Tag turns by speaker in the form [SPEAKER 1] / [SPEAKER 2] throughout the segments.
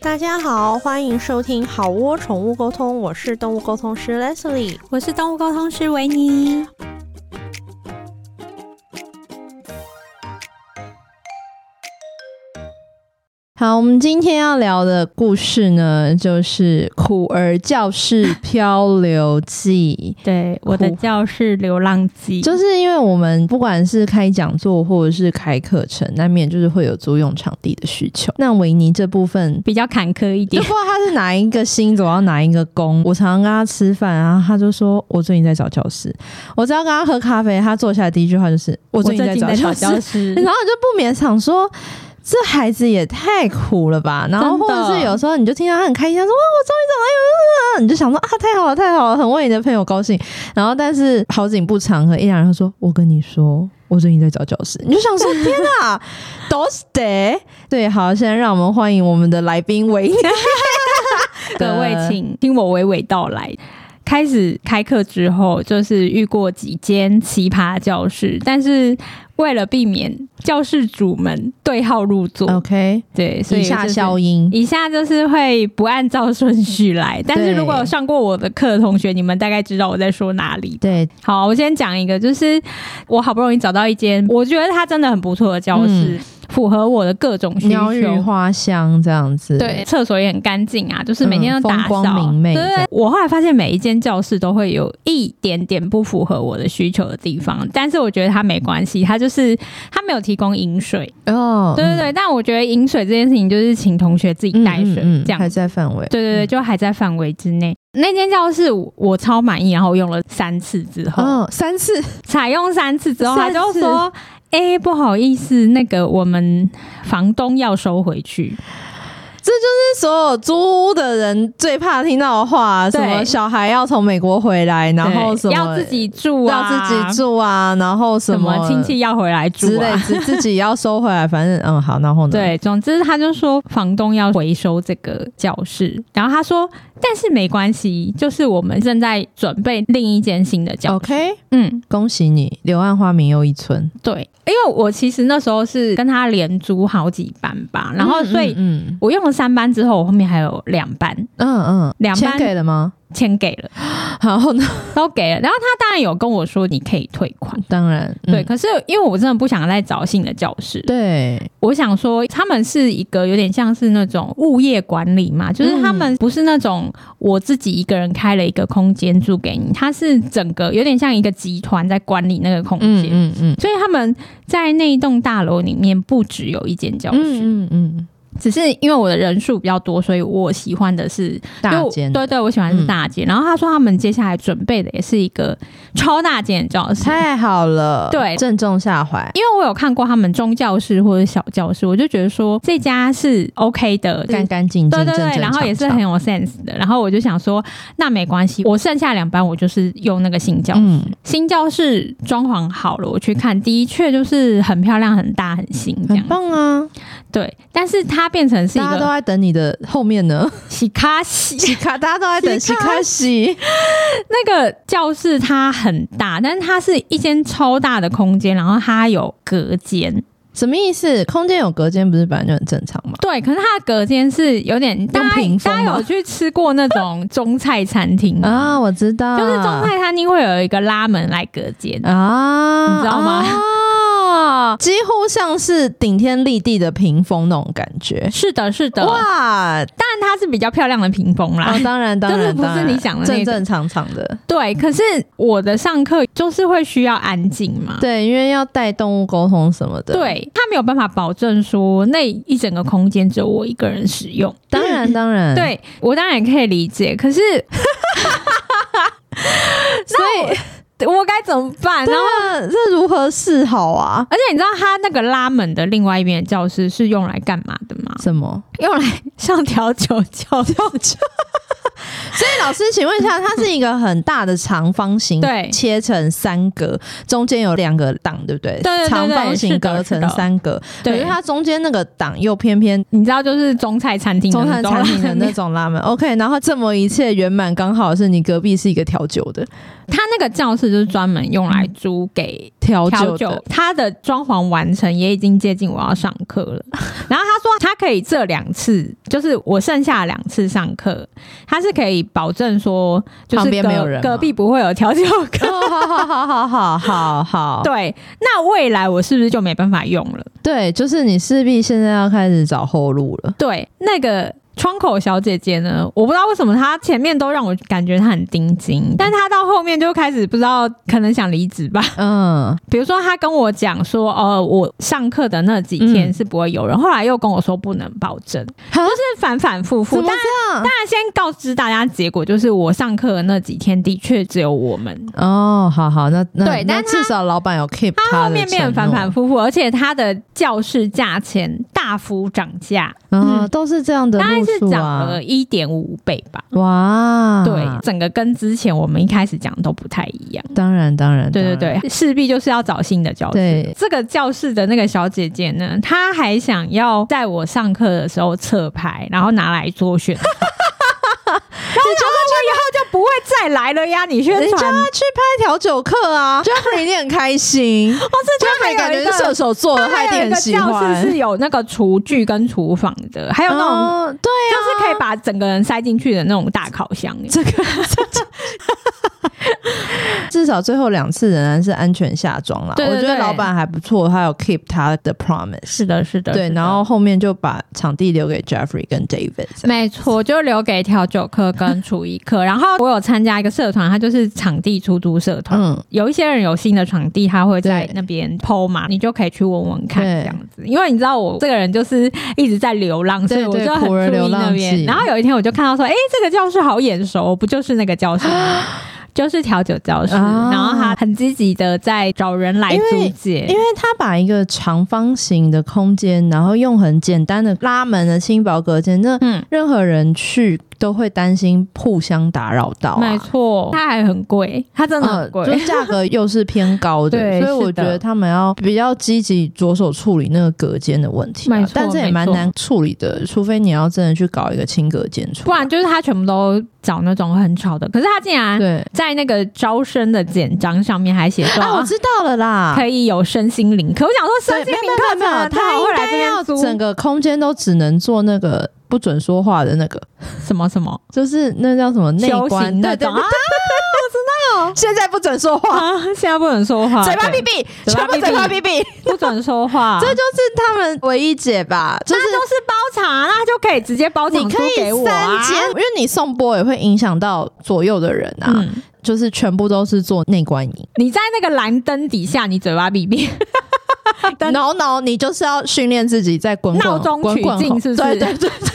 [SPEAKER 1] 大家好，欢迎收听好窝宠物沟通，我是动物沟通师 Leslie。
[SPEAKER 2] 我是动物沟通师维尼。
[SPEAKER 1] 好，我们今天要聊的故事呢，就是《苦儿教室漂流 记
[SPEAKER 2] 对，我的
[SPEAKER 1] 酷，
[SPEAKER 2] 教室流浪记》，
[SPEAKER 1] 就是因为我们不管是开讲座或者是开课程，难免就是会有租用场地的需求。那维尼这部 分
[SPEAKER 2] 比较坎坷一
[SPEAKER 1] 就
[SPEAKER 2] 点
[SPEAKER 1] 不。知道他是哪一个星走到哪一个宫。我常常跟他吃饭，然后他就说：“我最近在找教室。”我只要跟他喝咖啡，他坐下来第一句话就是：“我最近在找教室。
[SPEAKER 2] 室
[SPEAKER 1] 然后我就不免想说。这孩子也太苦了吧！然后
[SPEAKER 2] 真
[SPEAKER 1] 或
[SPEAKER 2] 的
[SPEAKER 1] 者是有时候你就听到他很开心，他说：“哇，我终于找到一个人了！”你就想说：“啊，太好了，太好了，很为你的朋友高兴。”然后但是好景不长，和一两人他说：“我跟你说，我最近在找教室。”你就想说：“天啊，都是得对。”好，现在让我们欢迎我们的来宾 维尼。
[SPEAKER 2] 各位，请听我娓娓道来。开始开课之后，就是遇过几间奇葩教室，但是为了避免教室主们对号入座，
[SPEAKER 1] OK，
[SPEAKER 2] 对，所以
[SPEAKER 1] 哦以下
[SPEAKER 2] 就是
[SPEAKER 1] 消音。
[SPEAKER 2] 以下就是会不按照顺序来，但是
[SPEAKER 1] 对
[SPEAKER 2] 如果有上过我的课的同学，你们大概知道我在说哪里。
[SPEAKER 1] 对，
[SPEAKER 2] 好，我先讲一个，就是我好不容易找到一间，我觉得它真的很不错的教室，符合我的各种需
[SPEAKER 1] 嗯鸟语
[SPEAKER 2] 求。
[SPEAKER 1] 花香这样子。
[SPEAKER 2] 对，，厕所也很干净啊，就是每天
[SPEAKER 1] 嗯
[SPEAKER 2] 都打
[SPEAKER 1] 风
[SPEAKER 2] 扫。
[SPEAKER 1] 光明媚
[SPEAKER 2] 对
[SPEAKER 1] 这样
[SPEAKER 2] 我后来发现每一间教室都会有一点点不符合我的需求的地
[SPEAKER 1] 嗯
[SPEAKER 2] 方，但是我觉得它没关系，它就是它没有提供饮水。
[SPEAKER 1] 哦，
[SPEAKER 2] 对对对，但我觉得饮水这件事情就是请同学自己
[SPEAKER 1] 嗯，
[SPEAKER 2] 带水、
[SPEAKER 1] 嗯嗯
[SPEAKER 2] 这样
[SPEAKER 1] 还。嗯在范围。
[SPEAKER 2] 对对对，就还在范围之内。那间教室我我超满意，然后我用了三次之后，
[SPEAKER 1] 哦，三次
[SPEAKER 2] 采用三次之后，他
[SPEAKER 1] 三
[SPEAKER 2] 就
[SPEAKER 1] 次
[SPEAKER 2] 说：“哎、不好意思，那个我们房东要收回去。
[SPEAKER 1] 所有租屋的人最怕听到的话，什
[SPEAKER 2] 对
[SPEAKER 1] 么小孩要从美国回来，然后
[SPEAKER 2] 对
[SPEAKER 1] 什么
[SPEAKER 2] 要自己住
[SPEAKER 1] 要
[SPEAKER 2] 啊，
[SPEAKER 1] 自己住啊，然后
[SPEAKER 2] 什
[SPEAKER 1] 么
[SPEAKER 2] 么亲戚要回来住
[SPEAKER 1] 之类
[SPEAKER 2] 啊。”
[SPEAKER 1] 自自己要收回来，反正嗯好，然后呢？，
[SPEAKER 2] 对，总之他就说房东要回收这个教室，然后他说，但是没关系，就是我们正在准备另一间新的教室。
[SPEAKER 1] ，OK，
[SPEAKER 2] 嗯，
[SPEAKER 1] 恭喜你，柳暗花明又一村。
[SPEAKER 2] 对，因为我其实那时候是跟他连租好几班吧，然后
[SPEAKER 1] 嗯
[SPEAKER 2] 所以
[SPEAKER 1] 嗯
[SPEAKER 2] 我用了三班之后，我后面还有两班
[SPEAKER 1] 嗯嗯嗯，
[SPEAKER 2] 两
[SPEAKER 1] 钱
[SPEAKER 2] 班
[SPEAKER 1] 给了吗？
[SPEAKER 2] 钱给了，
[SPEAKER 1] 然后呢？
[SPEAKER 2] 都给了，然后他当然有跟我说你可以退款。
[SPEAKER 1] 当然，嗯
[SPEAKER 2] 对，可是因为我真的不想再找新的教室，
[SPEAKER 1] 对，
[SPEAKER 2] 我想说他们是一个有点像是那种物业管理嘛，就是他
[SPEAKER 1] 嗯
[SPEAKER 2] 们不是那种我自己一个人开了一个空间租给你，它是整个有点像一个集团在管理那个空
[SPEAKER 1] 嗯
[SPEAKER 2] 间，
[SPEAKER 1] 嗯嗯。
[SPEAKER 2] 所以他们在那一栋大楼里面不只有一间教室，
[SPEAKER 1] 嗯嗯嗯，
[SPEAKER 2] 只是因为我的人数比较多，所以我喜欢的是
[SPEAKER 1] 大
[SPEAKER 2] 就
[SPEAKER 1] 间嗯
[SPEAKER 2] 对对，我喜欢的是大间。然后他说他们接下来准备的也是一个超大间的教室。
[SPEAKER 1] 太好了，
[SPEAKER 2] 对
[SPEAKER 1] 正中下怀。
[SPEAKER 2] 因为我有看过他们中教室或者小教室，我就觉得说这家是 OK 的，
[SPEAKER 1] 干干净净，
[SPEAKER 2] 对对
[SPEAKER 1] 正
[SPEAKER 2] 对，
[SPEAKER 1] 正
[SPEAKER 2] 然后也是
[SPEAKER 1] 常嗯常
[SPEAKER 2] 很有 sense 的。然后我就想说，那没关系，我剩下两班我就是用那个新教室
[SPEAKER 1] 嗯，
[SPEAKER 2] 新教室装潢好了，我去看，的确就是很漂亮、很大、很新这样
[SPEAKER 1] 很。棒啊！
[SPEAKER 2] 对，但是它变成是一
[SPEAKER 1] 大家
[SPEAKER 2] 个
[SPEAKER 1] 都在等你的后面 呢，
[SPEAKER 2] 喜卡西
[SPEAKER 1] 洗卡，大家都在等洗
[SPEAKER 2] 洗
[SPEAKER 1] 卡洗，
[SPEAKER 2] 那个教室，它很大，但是它是一间超大的空间，然后它有隔间。
[SPEAKER 1] 什么意思？空间有隔间不是本来就很正常吗？
[SPEAKER 2] 对，可是它的隔间是有点大家
[SPEAKER 1] 屏风
[SPEAKER 2] 大
[SPEAKER 1] 吗
[SPEAKER 2] 家有去吃过那种中菜餐 厅吗？
[SPEAKER 1] 啊，我知
[SPEAKER 2] 嗯
[SPEAKER 1] 道，
[SPEAKER 2] 就是中菜餐厅会有一个拉门来隔间。
[SPEAKER 1] 啊，
[SPEAKER 2] 你知道吗
[SPEAKER 1] 啊几乎像是顶天立地的屏风那种感觉。
[SPEAKER 2] 是的，是的，
[SPEAKER 1] 哇，
[SPEAKER 2] 但它是比较漂亮的屏风啦。
[SPEAKER 1] 哦，当然当
[SPEAKER 2] 就是
[SPEAKER 1] 然，
[SPEAKER 2] 不是
[SPEAKER 1] 当然
[SPEAKER 2] 你想的那
[SPEAKER 1] 正
[SPEAKER 2] 个嗯
[SPEAKER 1] 正常常的，
[SPEAKER 2] 对，可是我的上课就是会需要安静嘛。
[SPEAKER 1] 对，因为要带动物沟通什么的，，
[SPEAKER 2] 对他没有办法保证说那一整个空间只有我一个人使用，
[SPEAKER 1] 当然当然，，
[SPEAKER 2] 对我当然可以理解， 可是
[SPEAKER 1] 所以
[SPEAKER 2] 我啊该怎么办？然后，
[SPEAKER 1] 那这如何是好啊？
[SPEAKER 2] 而且你知道他那个拉门的另外一边的教室是用来干嘛的吗？
[SPEAKER 1] 什么？
[SPEAKER 2] 用来上调酒教 室。
[SPEAKER 1] 所以老师，请问一下，它是一个很大的长方形，
[SPEAKER 2] 对
[SPEAKER 1] 切成三格，中间有两个档，对不对？
[SPEAKER 2] 对对对
[SPEAKER 1] 长方形
[SPEAKER 2] 是的
[SPEAKER 1] 隔
[SPEAKER 2] 是的
[SPEAKER 1] 成三格，可
[SPEAKER 2] 对
[SPEAKER 1] 是，它中间那个档又偏偏。
[SPEAKER 2] 你知道就是中菜餐厅的
[SPEAKER 1] 中餐
[SPEAKER 2] 那种
[SPEAKER 1] 餐
[SPEAKER 2] 拉
[SPEAKER 1] 厅的那
[SPEAKER 2] 门
[SPEAKER 1] 种拉门，OK，然后这么一切圆满，刚好是你隔壁是一个调酒的，
[SPEAKER 2] 他那个教室就是专门用来租给
[SPEAKER 1] 调
[SPEAKER 2] 调
[SPEAKER 1] 酒的
[SPEAKER 2] 酒，他的装潢完成也已经接近我要上课 了。然后他说他可以这两次，就是我剩下两次上课，他是可以保证说，就是
[SPEAKER 1] 旁边
[SPEAKER 2] 隔
[SPEAKER 1] 没有人吗
[SPEAKER 2] 隔壁不会有调酒课。
[SPEAKER 1] 哦好好好好好好好，
[SPEAKER 2] 对，那未来我是不是就没办法用了？
[SPEAKER 1] 对，就是你势必现在要开始找后路了。
[SPEAKER 2] 对，那个窗口小姐姐呢，我不知道为什么她前面都让我感觉她很钉钉，但她到后面就开始不知道，可能想离职吧。
[SPEAKER 1] 嗯，
[SPEAKER 2] 比如说，她跟我讲说，哦，我上课的那几天
[SPEAKER 1] 嗯
[SPEAKER 2] 是不会有人，后来又跟我说不能保证，
[SPEAKER 1] 哈
[SPEAKER 2] 就是反反复复。
[SPEAKER 1] 怎
[SPEAKER 2] 但
[SPEAKER 1] 么这样？
[SPEAKER 2] 那先告知大家结果，就是我上课的那几天的确只有我们。
[SPEAKER 1] 哦，好好，那那
[SPEAKER 2] 对
[SPEAKER 1] 那
[SPEAKER 2] 但他
[SPEAKER 1] 至少老板有 keep
[SPEAKER 2] 后
[SPEAKER 1] 他的
[SPEAKER 2] 面变
[SPEAKER 1] 承
[SPEAKER 2] 反
[SPEAKER 1] 诺
[SPEAKER 2] 反复复，而且她的教室价钱大幅涨价，
[SPEAKER 1] 嗯，
[SPEAKER 2] 嗯
[SPEAKER 1] 都是这样的
[SPEAKER 2] 大概
[SPEAKER 1] 路
[SPEAKER 2] 是
[SPEAKER 1] 数
[SPEAKER 2] 涨
[SPEAKER 1] 啊
[SPEAKER 2] 了。一点五倍吧。
[SPEAKER 1] 哇，
[SPEAKER 2] 对，整个跟之前我们一开始讲都不太一样。
[SPEAKER 1] 当然当然，
[SPEAKER 2] 对对
[SPEAKER 1] 当然，
[SPEAKER 2] 对，势必就是要找新的教室
[SPEAKER 1] 对。
[SPEAKER 2] 这个教室的那个小姐姐呢，她还想要在我上课的时候侧拍，然后拿来做宣 传。然后我想说我以后就不会再来了呀！你宣
[SPEAKER 1] 你叫
[SPEAKER 2] 传，哦
[SPEAKER 1] 他去拍调酒课啊，Jeffrey 一定很开 心
[SPEAKER 2] 哦，这就
[SPEAKER 1] ，Jeffrey 感觉是射手座的，他一定
[SPEAKER 2] 还有一
[SPEAKER 1] 很
[SPEAKER 2] 个
[SPEAKER 1] 喜
[SPEAKER 2] 教室
[SPEAKER 1] 欢。
[SPEAKER 2] 是有那个厨具跟厨房的，还有那种、
[SPEAKER 1] 嗯，对啊，
[SPEAKER 2] 就是可以把整个人塞进去的那种大烤箱。
[SPEAKER 1] 这个，至少最后两次仍然是安全下装啦。
[SPEAKER 2] 对对
[SPEAKER 1] 我觉得
[SPEAKER 2] 对
[SPEAKER 1] 老板还不错，他有 keep 他的 promise。
[SPEAKER 2] 是的，是的
[SPEAKER 1] 对，然后后面就把场地留给 Jeffrey 跟 David 这样。
[SPEAKER 2] 没错，就留给调酒课跟厨艺课。然后我有参加一个社团，它就是场地出租社团。
[SPEAKER 1] 嗯，
[SPEAKER 2] 有一些人有新的场地，他会在
[SPEAKER 1] 对
[SPEAKER 2] 那边剖嘛，你就可以去问问看
[SPEAKER 1] 对
[SPEAKER 2] 这样子。因为你知道我这个人就是一直在流浪，所以
[SPEAKER 1] 对
[SPEAKER 2] 我
[SPEAKER 1] 对
[SPEAKER 2] 就很
[SPEAKER 1] 苦儿
[SPEAKER 2] 注
[SPEAKER 1] 流
[SPEAKER 2] 意
[SPEAKER 1] 浪
[SPEAKER 2] 那边。
[SPEAKER 1] 记
[SPEAKER 2] 然后有一天我就看到说，哎、这个教室好眼熟，不就是那个教室 吗？就是调酒教室，
[SPEAKER 1] 啊
[SPEAKER 2] 然后他很积极的在找人来
[SPEAKER 1] 因为
[SPEAKER 2] 租借
[SPEAKER 1] 因，为他把一个长方形的空间，然后用很简单的拉门的轻薄隔间，那
[SPEAKER 2] 嗯，
[SPEAKER 1] 任何人去都会担心互相打扰到、啊。嗯呃
[SPEAKER 2] 没错，它还很贵，它真的很贵，
[SPEAKER 1] 就价格又是偏 高的，
[SPEAKER 2] 对
[SPEAKER 1] 所
[SPEAKER 2] 是
[SPEAKER 1] 以我觉
[SPEAKER 2] 的
[SPEAKER 1] 得他们要比较积极着手处理那个隔间的问题啊、
[SPEAKER 2] 没错
[SPEAKER 1] 但这也蛮难处理的，除非你要真的去搞一个轻隔间出
[SPEAKER 2] 不
[SPEAKER 1] 来，
[SPEAKER 2] 然就是他全部都找那种很吵的。可是他竟然
[SPEAKER 1] 对。
[SPEAKER 2] 在那个招生的简章上面还写说、
[SPEAKER 1] 啊，我知道了啦。
[SPEAKER 2] 可以有身心灵课。我想说
[SPEAKER 1] 对
[SPEAKER 2] 身心灵课
[SPEAKER 1] 没有没有没有
[SPEAKER 2] 怎么
[SPEAKER 1] 他
[SPEAKER 2] 会
[SPEAKER 1] 应
[SPEAKER 2] 来这
[SPEAKER 1] 该
[SPEAKER 2] 边
[SPEAKER 1] 要
[SPEAKER 2] 租
[SPEAKER 1] 整个空间都只能做那个不准说话的那个，
[SPEAKER 2] 什么什么
[SPEAKER 1] 就是那叫什么内
[SPEAKER 2] 修
[SPEAKER 1] 观
[SPEAKER 2] 行
[SPEAKER 1] 那
[SPEAKER 2] 那种
[SPEAKER 1] 种。
[SPEAKER 2] 啊
[SPEAKER 1] 啊对现在不准说话，
[SPEAKER 2] 啊？现在不能说话，
[SPEAKER 1] 嘴巴
[SPEAKER 2] 对
[SPEAKER 1] 闭闭，
[SPEAKER 2] 嘴巴
[SPEAKER 1] 全部嘴巴
[SPEAKER 2] 闭
[SPEAKER 1] 闭闭，
[SPEAKER 2] 不准说话，
[SPEAKER 1] 这就是他们唯一解吧，就是
[SPEAKER 2] 那就是包场啊，那就可以直接包场
[SPEAKER 1] 你
[SPEAKER 2] 租
[SPEAKER 1] 可以
[SPEAKER 2] 给我
[SPEAKER 1] 三
[SPEAKER 2] 啊。
[SPEAKER 1] 间，因为你送播也会影响到左右的人啊，
[SPEAKER 2] 嗯，
[SPEAKER 1] 就是全部都是做内观音。
[SPEAKER 2] 你在那个蓝灯底下，你嘴巴闭闭，灯
[SPEAKER 1] no no，你就是要训练自己在滚滚
[SPEAKER 2] 闹钟
[SPEAKER 1] 滚滚
[SPEAKER 2] 取静
[SPEAKER 1] 吼
[SPEAKER 2] 是不是
[SPEAKER 1] 对对对对对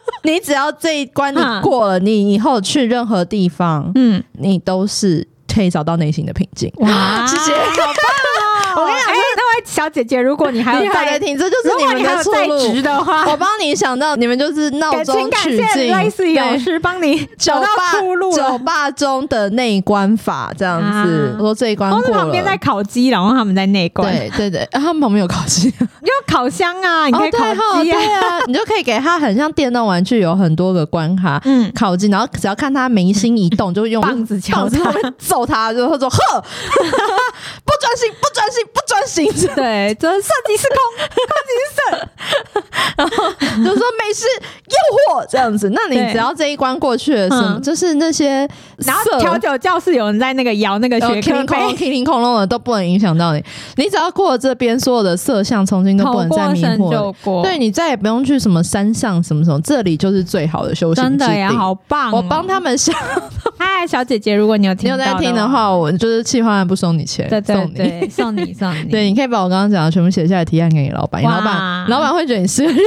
[SPEAKER 1] 你只要这一关你过了，你以后去任何地方，
[SPEAKER 2] 嗯，
[SPEAKER 1] 你都是可以找到内心的平静。
[SPEAKER 2] 哇，
[SPEAKER 1] 谢谢。
[SPEAKER 2] 我跟你讲，哎那位小姐姐，如果你还
[SPEAKER 1] 你
[SPEAKER 2] 有
[SPEAKER 1] 还在
[SPEAKER 2] 在，
[SPEAKER 1] 听，这就是
[SPEAKER 2] 如
[SPEAKER 1] 你
[SPEAKER 2] 果
[SPEAKER 1] 们
[SPEAKER 2] 你还有
[SPEAKER 1] 的出
[SPEAKER 2] 在
[SPEAKER 1] 路
[SPEAKER 2] 职。的话，
[SPEAKER 1] 我帮你想到，你们就是闹
[SPEAKER 2] 感情
[SPEAKER 1] 钟
[SPEAKER 2] 感
[SPEAKER 1] 取
[SPEAKER 2] 谢哦
[SPEAKER 1] 静，
[SPEAKER 2] 类似
[SPEAKER 1] 对
[SPEAKER 2] 老师帮你
[SPEAKER 1] 酒
[SPEAKER 2] 找到
[SPEAKER 1] 吧
[SPEAKER 2] 出路
[SPEAKER 1] 酒
[SPEAKER 2] 了。
[SPEAKER 1] 吧中的内关法这样子
[SPEAKER 2] 啊，
[SPEAKER 1] 我说这一关
[SPEAKER 2] 然
[SPEAKER 1] 过
[SPEAKER 2] 后旁边在
[SPEAKER 1] 了。
[SPEAKER 2] 烤鸡，然后他们在内关，
[SPEAKER 1] 对对对，啊他们旁边有烤鸡，
[SPEAKER 2] 有烤箱啊， 你可以
[SPEAKER 1] 哦对
[SPEAKER 2] 烤
[SPEAKER 1] 哈
[SPEAKER 2] 鸡啊
[SPEAKER 1] 对， 啊，你就可以给它很像电动玩具，有很多个关卡
[SPEAKER 2] 嗯，
[SPEAKER 1] 烤鸡，然后只要看它眉心一动，就用
[SPEAKER 2] 棒子敲
[SPEAKER 1] 棒子
[SPEAKER 2] 它
[SPEAKER 1] 后面揍它，就 会说呵，不专心，不专心，不专心，
[SPEAKER 2] 对，就是设计师空，
[SPEAKER 1] 就说没事，诱惑这样子。那你
[SPEAKER 2] 对
[SPEAKER 1] 只要这一关过去了，什么
[SPEAKER 2] 嗯
[SPEAKER 1] 就是那些
[SPEAKER 2] 然后
[SPEAKER 1] 色
[SPEAKER 2] 调酒教室有人在那个摇那个
[SPEAKER 1] 然后
[SPEAKER 2] 雪
[SPEAKER 1] k
[SPEAKER 2] 克
[SPEAKER 1] i l 恐龙、
[SPEAKER 2] 杯，
[SPEAKER 1] k i 恐龙的都不能影响到你。你只要过了这边，所有的色相重新都不
[SPEAKER 2] 头
[SPEAKER 1] 能再
[SPEAKER 2] 过
[SPEAKER 1] 迷
[SPEAKER 2] 身就
[SPEAKER 1] 惑了。
[SPEAKER 2] 过，
[SPEAKER 1] 对，你再也不用去什么山上什么什么，这里就是最好的修行
[SPEAKER 2] 真的
[SPEAKER 1] 之
[SPEAKER 2] 呀，
[SPEAKER 1] 地
[SPEAKER 2] 好棒哦！
[SPEAKER 1] 我帮他们想，
[SPEAKER 2] 嗨，小姐姐，如果你有
[SPEAKER 1] 你
[SPEAKER 2] 听
[SPEAKER 1] 有在
[SPEAKER 2] 到
[SPEAKER 1] 听的，话，我就是气划案不收你钱，
[SPEAKER 2] 对对
[SPEAKER 1] 送你。
[SPEAKER 2] 对，送 你送你，
[SPEAKER 1] 对，你可以把我刚刚讲的全部写下来，提案给你老板，你
[SPEAKER 2] 哇
[SPEAKER 1] 老板老板会觉得你是个人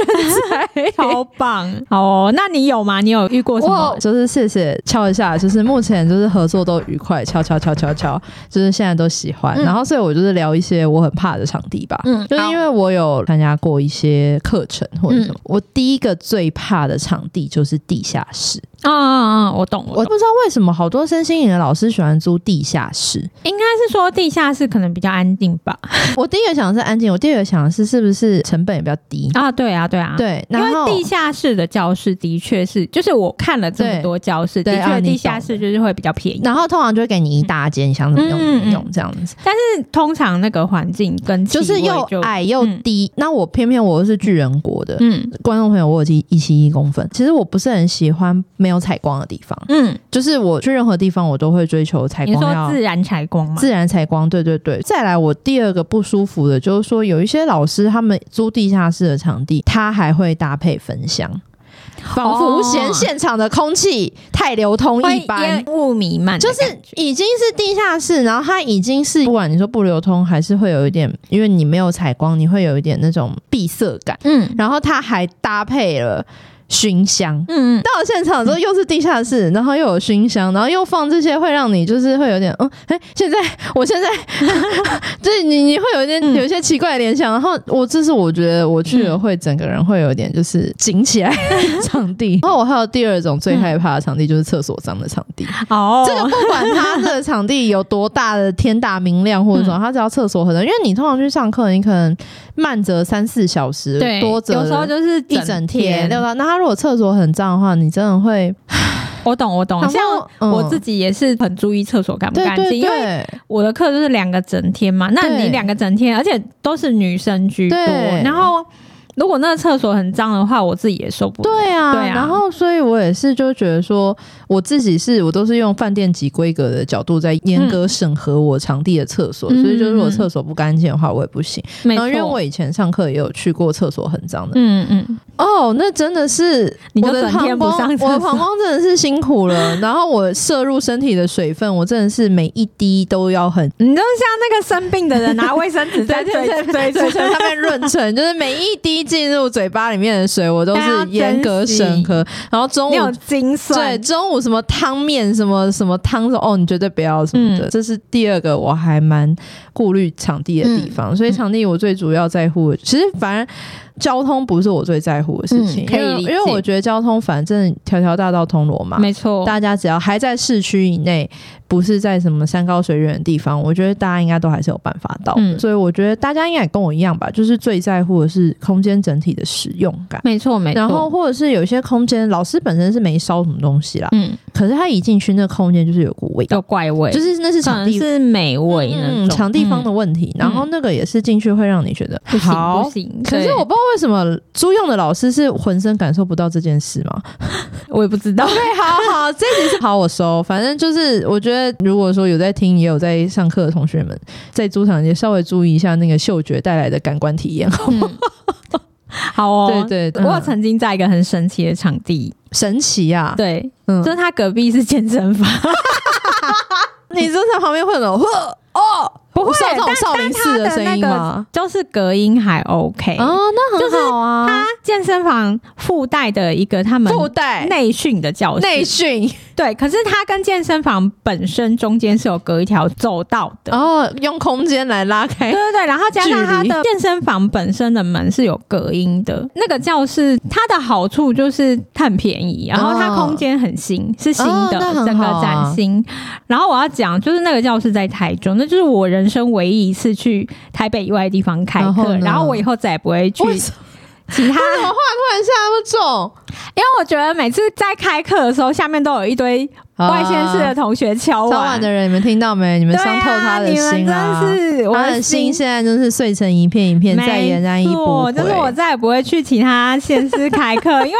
[SPEAKER 1] 才。
[SPEAKER 2] 超棒哦！那你有吗？你有遇过什么
[SPEAKER 1] 我？就是谢谢敲一下，就是目前就是合作都愉快，敲敲敲敲敲，就是现在都喜欢。
[SPEAKER 2] 嗯
[SPEAKER 1] 然后所以我就是聊一些我很怕的场地吧，
[SPEAKER 2] 嗯
[SPEAKER 1] 就是因为我有参加过一些课程或者什么，
[SPEAKER 2] 嗯
[SPEAKER 1] 我第一个最怕的场地就是地下室，
[SPEAKER 2] 啊啊啊！我懂，
[SPEAKER 1] 我
[SPEAKER 2] 我懂
[SPEAKER 1] 不知道为什么好多身心灵的老师喜欢租地下室。
[SPEAKER 2] 应该是说地下室可能比较安静吧？
[SPEAKER 1] 我第一个想的是安静，我第二个想的是是不是成本也比较低。
[SPEAKER 2] 啊，对啊，对啊，。
[SPEAKER 1] 对，
[SPEAKER 2] 因
[SPEAKER 1] 然
[SPEAKER 2] 为
[SPEAKER 1] 后
[SPEAKER 2] 地下室的教室的确是，就是我看了这么多教室，的
[SPEAKER 1] 对啊
[SPEAKER 2] 确
[SPEAKER 1] 你
[SPEAKER 2] 地下室就是会比较便宜，
[SPEAKER 1] 然后通常就会给你一大间，你想怎么用
[SPEAKER 2] 嗯
[SPEAKER 1] 怎么用这样子，
[SPEAKER 2] 但是通常那个环境跟气
[SPEAKER 1] 就
[SPEAKER 2] 味
[SPEAKER 1] 是又
[SPEAKER 2] 就
[SPEAKER 1] 矮又
[SPEAKER 2] 嗯
[SPEAKER 1] 低。那我偏偏我又是巨人国的。
[SPEAKER 2] 嗯
[SPEAKER 1] 观众朋友，我有一一七一公分。其实我不是很喜欢没有采光的地方，
[SPEAKER 2] 嗯，
[SPEAKER 1] 就是我去任何地方，我都会追求采
[SPEAKER 2] 你
[SPEAKER 1] 光
[SPEAKER 2] 说
[SPEAKER 1] 要
[SPEAKER 2] 自然采光吗？
[SPEAKER 1] 自然采光。对对对。再来，我第二个不舒服的就是说，有一些老师他们租地下室的场地，他还会搭配焚香，仿佛嫌
[SPEAKER 2] 哦
[SPEAKER 1] 现场的空气太流通
[SPEAKER 2] 会
[SPEAKER 1] 一般，
[SPEAKER 2] 烟雾弥漫的
[SPEAKER 1] 就
[SPEAKER 2] 感
[SPEAKER 1] 是
[SPEAKER 2] 觉，
[SPEAKER 1] 已经是地下室，然后它已经是不管你说不流通，还是会有一点，因为你没有采光，你会有一点那种闭塞感。
[SPEAKER 2] 嗯
[SPEAKER 1] 然后它还搭配了熏香。
[SPEAKER 2] 嗯嗯，
[SPEAKER 1] 到了现场之后又是地下室，然后又有熏香，然后又放这些，会让你就是会有点嗯，哎、现在我现在 就是你你会有一点
[SPEAKER 2] 嗯
[SPEAKER 1] 有一些奇怪的联想。然后我这是我觉得我去了会整个人会有点就是 紧起来
[SPEAKER 2] 嗯
[SPEAKER 1] 的场地。然后我还有第二种最害怕的场地就是厕所脏的场地。
[SPEAKER 2] 哦，
[SPEAKER 1] 这个不管它的场地有多大的天大明亮或者什
[SPEAKER 2] 嗯
[SPEAKER 1] 么，它只要厕所很大，因为你通常去上课，你可能慢则三四小时，
[SPEAKER 2] 对，
[SPEAKER 1] 多则
[SPEAKER 2] 有时候就是
[SPEAKER 1] 一整天，对吧？那他如果厕所很脏的话，你真的会
[SPEAKER 2] 我懂，我懂。
[SPEAKER 1] 想
[SPEAKER 2] 哦像
[SPEAKER 1] 说嗯
[SPEAKER 2] 我自己也是很注意厕所干不
[SPEAKER 1] 对
[SPEAKER 2] 干
[SPEAKER 1] 对
[SPEAKER 2] 净，因为
[SPEAKER 1] 对
[SPEAKER 2] 我的课就是两个整天嘛。那
[SPEAKER 1] 对
[SPEAKER 2] 你两个整天，而且都是女生居多，
[SPEAKER 1] 对
[SPEAKER 2] 然后如果那个厕所很脏的话，我自己也受不了。
[SPEAKER 1] 对啊，
[SPEAKER 2] 对啊
[SPEAKER 1] 然后所以我也是就觉得说，我自己是我都是用饭店级规格的角度在严格审核我场地的厕所，
[SPEAKER 2] 嗯
[SPEAKER 1] 所以就是我厕所不干净的话，我也不行。
[SPEAKER 2] 没
[SPEAKER 1] 然
[SPEAKER 2] 错，
[SPEAKER 1] 后因为我以前上课也有去过厕所很脏的，
[SPEAKER 2] 嗯嗯，
[SPEAKER 1] 哦，那真的是
[SPEAKER 2] 你就
[SPEAKER 1] 我的
[SPEAKER 2] 整
[SPEAKER 1] 膀
[SPEAKER 2] 天不上
[SPEAKER 1] 胱，
[SPEAKER 2] 厕
[SPEAKER 1] 我的
[SPEAKER 2] 所
[SPEAKER 1] 膀胱真的是辛苦了。然后我摄入身体的水分，我真的是每一滴都要很。
[SPEAKER 2] 你就像那个生病的人拿卫生纸在
[SPEAKER 1] 对
[SPEAKER 2] 嘴
[SPEAKER 1] 对对
[SPEAKER 2] 嘴
[SPEAKER 1] 对，
[SPEAKER 2] 嘴
[SPEAKER 1] 上面润成，就是每一滴进入嘴巴里面的水，我都
[SPEAKER 2] 大家要
[SPEAKER 1] 是严格
[SPEAKER 2] 珍惜
[SPEAKER 1] 审核。然后 中
[SPEAKER 2] 你有
[SPEAKER 1] 午
[SPEAKER 2] 精
[SPEAKER 1] 对
[SPEAKER 2] 算，
[SPEAKER 1] 中午什么汤面什么什么汤什么哦，你绝对不要什么的。
[SPEAKER 2] 嗯
[SPEAKER 1] 这是第二个我还蛮顾虑场地的地
[SPEAKER 2] 嗯
[SPEAKER 1] 方，所以场地我最主要在乎的，其实反正交通不是我最在乎的事情，
[SPEAKER 2] 嗯可以
[SPEAKER 1] 因为
[SPEAKER 2] 理
[SPEAKER 1] 因
[SPEAKER 2] 解
[SPEAKER 1] 为我觉得交通反正条条大道通罗马。
[SPEAKER 2] 没错，
[SPEAKER 1] 大家只要还在市区以内，不是在什么山高水远的地方，我觉得大家应该都还是有办法到的。
[SPEAKER 2] 嗯
[SPEAKER 1] 所以我觉得大家应该也跟我一样吧，就是最在乎的是空间整体的使用感。
[SPEAKER 2] 没错，没错。
[SPEAKER 1] 然后，或者是有一些空间，老师本身是没烧什么东西啦，
[SPEAKER 2] 嗯，
[SPEAKER 1] 可是他一进去，那个空间就是有股味道，
[SPEAKER 2] 有怪味，
[SPEAKER 1] 就是那是
[SPEAKER 2] 可
[SPEAKER 1] 场
[SPEAKER 2] 能
[SPEAKER 1] 地
[SPEAKER 2] 是美味那
[SPEAKER 1] 嗯
[SPEAKER 2] 种
[SPEAKER 1] 场地方的问题。然后那个也是进去会让你觉得
[SPEAKER 2] 不行
[SPEAKER 1] 好
[SPEAKER 2] 嗯不。行。
[SPEAKER 1] 可是
[SPEAKER 2] 对
[SPEAKER 1] 我不知道为什么租用的老师是浑身感受不到这件事吗？
[SPEAKER 2] 我也不知道，
[SPEAKER 1] 对，哎好好，这集是好我收。反正就是，我觉得如果说有在听，也有在上课的同学们，在租场也稍微注意一下那个嗅觉带来的感官体验。
[SPEAKER 2] 好哦，
[SPEAKER 1] 对对，
[SPEAKER 2] 我有
[SPEAKER 1] 嗯
[SPEAKER 2] 曾经在一个很神奇的场地，
[SPEAKER 1] 神奇啊！
[SPEAKER 2] 对，
[SPEAKER 1] 嗯
[SPEAKER 2] 就是他隔壁是健身房，
[SPEAKER 1] 你坐在旁边会有那种呵哦，
[SPEAKER 2] 不
[SPEAKER 1] 是有这种少林寺声音吗？
[SPEAKER 2] 就是隔音还 OK。
[SPEAKER 1] 哦，那很好啊。
[SPEAKER 2] 他健身房附带的一个他们
[SPEAKER 1] 附带
[SPEAKER 2] 内训的教室，
[SPEAKER 1] 内训
[SPEAKER 2] 对，可是它跟健身房本身中间是有隔一条走道的。
[SPEAKER 1] 哦，用空间来拉
[SPEAKER 2] 对。
[SPEAKER 1] 开
[SPEAKER 2] 对对，然后加上它
[SPEAKER 1] 距
[SPEAKER 2] 的健身房本身的门是有隔音的，那个教室它的好处就是它很便宜，然后它
[SPEAKER 1] 哦
[SPEAKER 2] 空间很新，是新的，
[SPEAKER 1] 哦那很
[SPEAKER 2] 整个
[SPEAKER 1] 好啊
[SPEAKER 2] 崭新。然后我要讲，就是那个教室在台中，那就是我人生唯一一次去台北以外的地方开课，
[SPEAKER 1] 然
[SPEAKER 2] 然
[SPEAKER 1] 后呢
[SPEAKER 2] 后我以后再也不会去
[SPEAKER 1] 为什
[SPEAKER 2] 其他，
[SPEAKER 1] 么话突然下那么重？
[SPEAKER 2] 因为我觉得每次在开课的时候，下面都有一堆外县市的同学敲
[SPEAKER 1] 早啊晚的人，你们听到没？你们伤透他的心
[SPEAKER 2] 对
[SPEAKER 1] 啦！
[SPEAKER 2] 啊啊、你们真的是我
[SPEAKER 1] 他的心呃现在真是碎成一片一片，再
[SPEAKER 2] 没
[SPEAKER 1] 也难以补
[SPEAKER 2] 错
[SPEAKER 1] 回。
[SPEAKER 2] 就是我再也不会去其他县市开 课，因为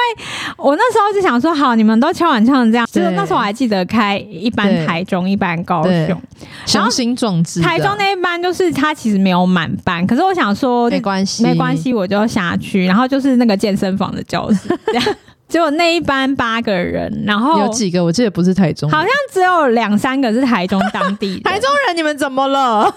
[SPEAKER 2] 我那时候就想说，好，你们都敲碗敲成这样，就是
[SPEAKER 1] 对
[SPEAKER 2] 那时候我还记得开一班
[SPEAKER 1] 对
[SPEAKER 2] 台中，一班高
[SPEAKER 1] 对
[SPEAKER 2] 雄，
[SPEAKER 1] 雄心壮志的，
[SPEAKER 2] 台中那一班就是他其实没有满班，可是我想说
[SPEAKER 1] 没关系，
[SPEAKER 2] 没关。系，我就下去，然后就是那个健身房的教 室，这样结果那一班八个人，然后
[SPEAKER 1] 有几个我记得不是台中人，
[SPEAKER 2] 好像只有两三个是台中当地的，
[SPEAKER 1] 台中人，你们怎么 了？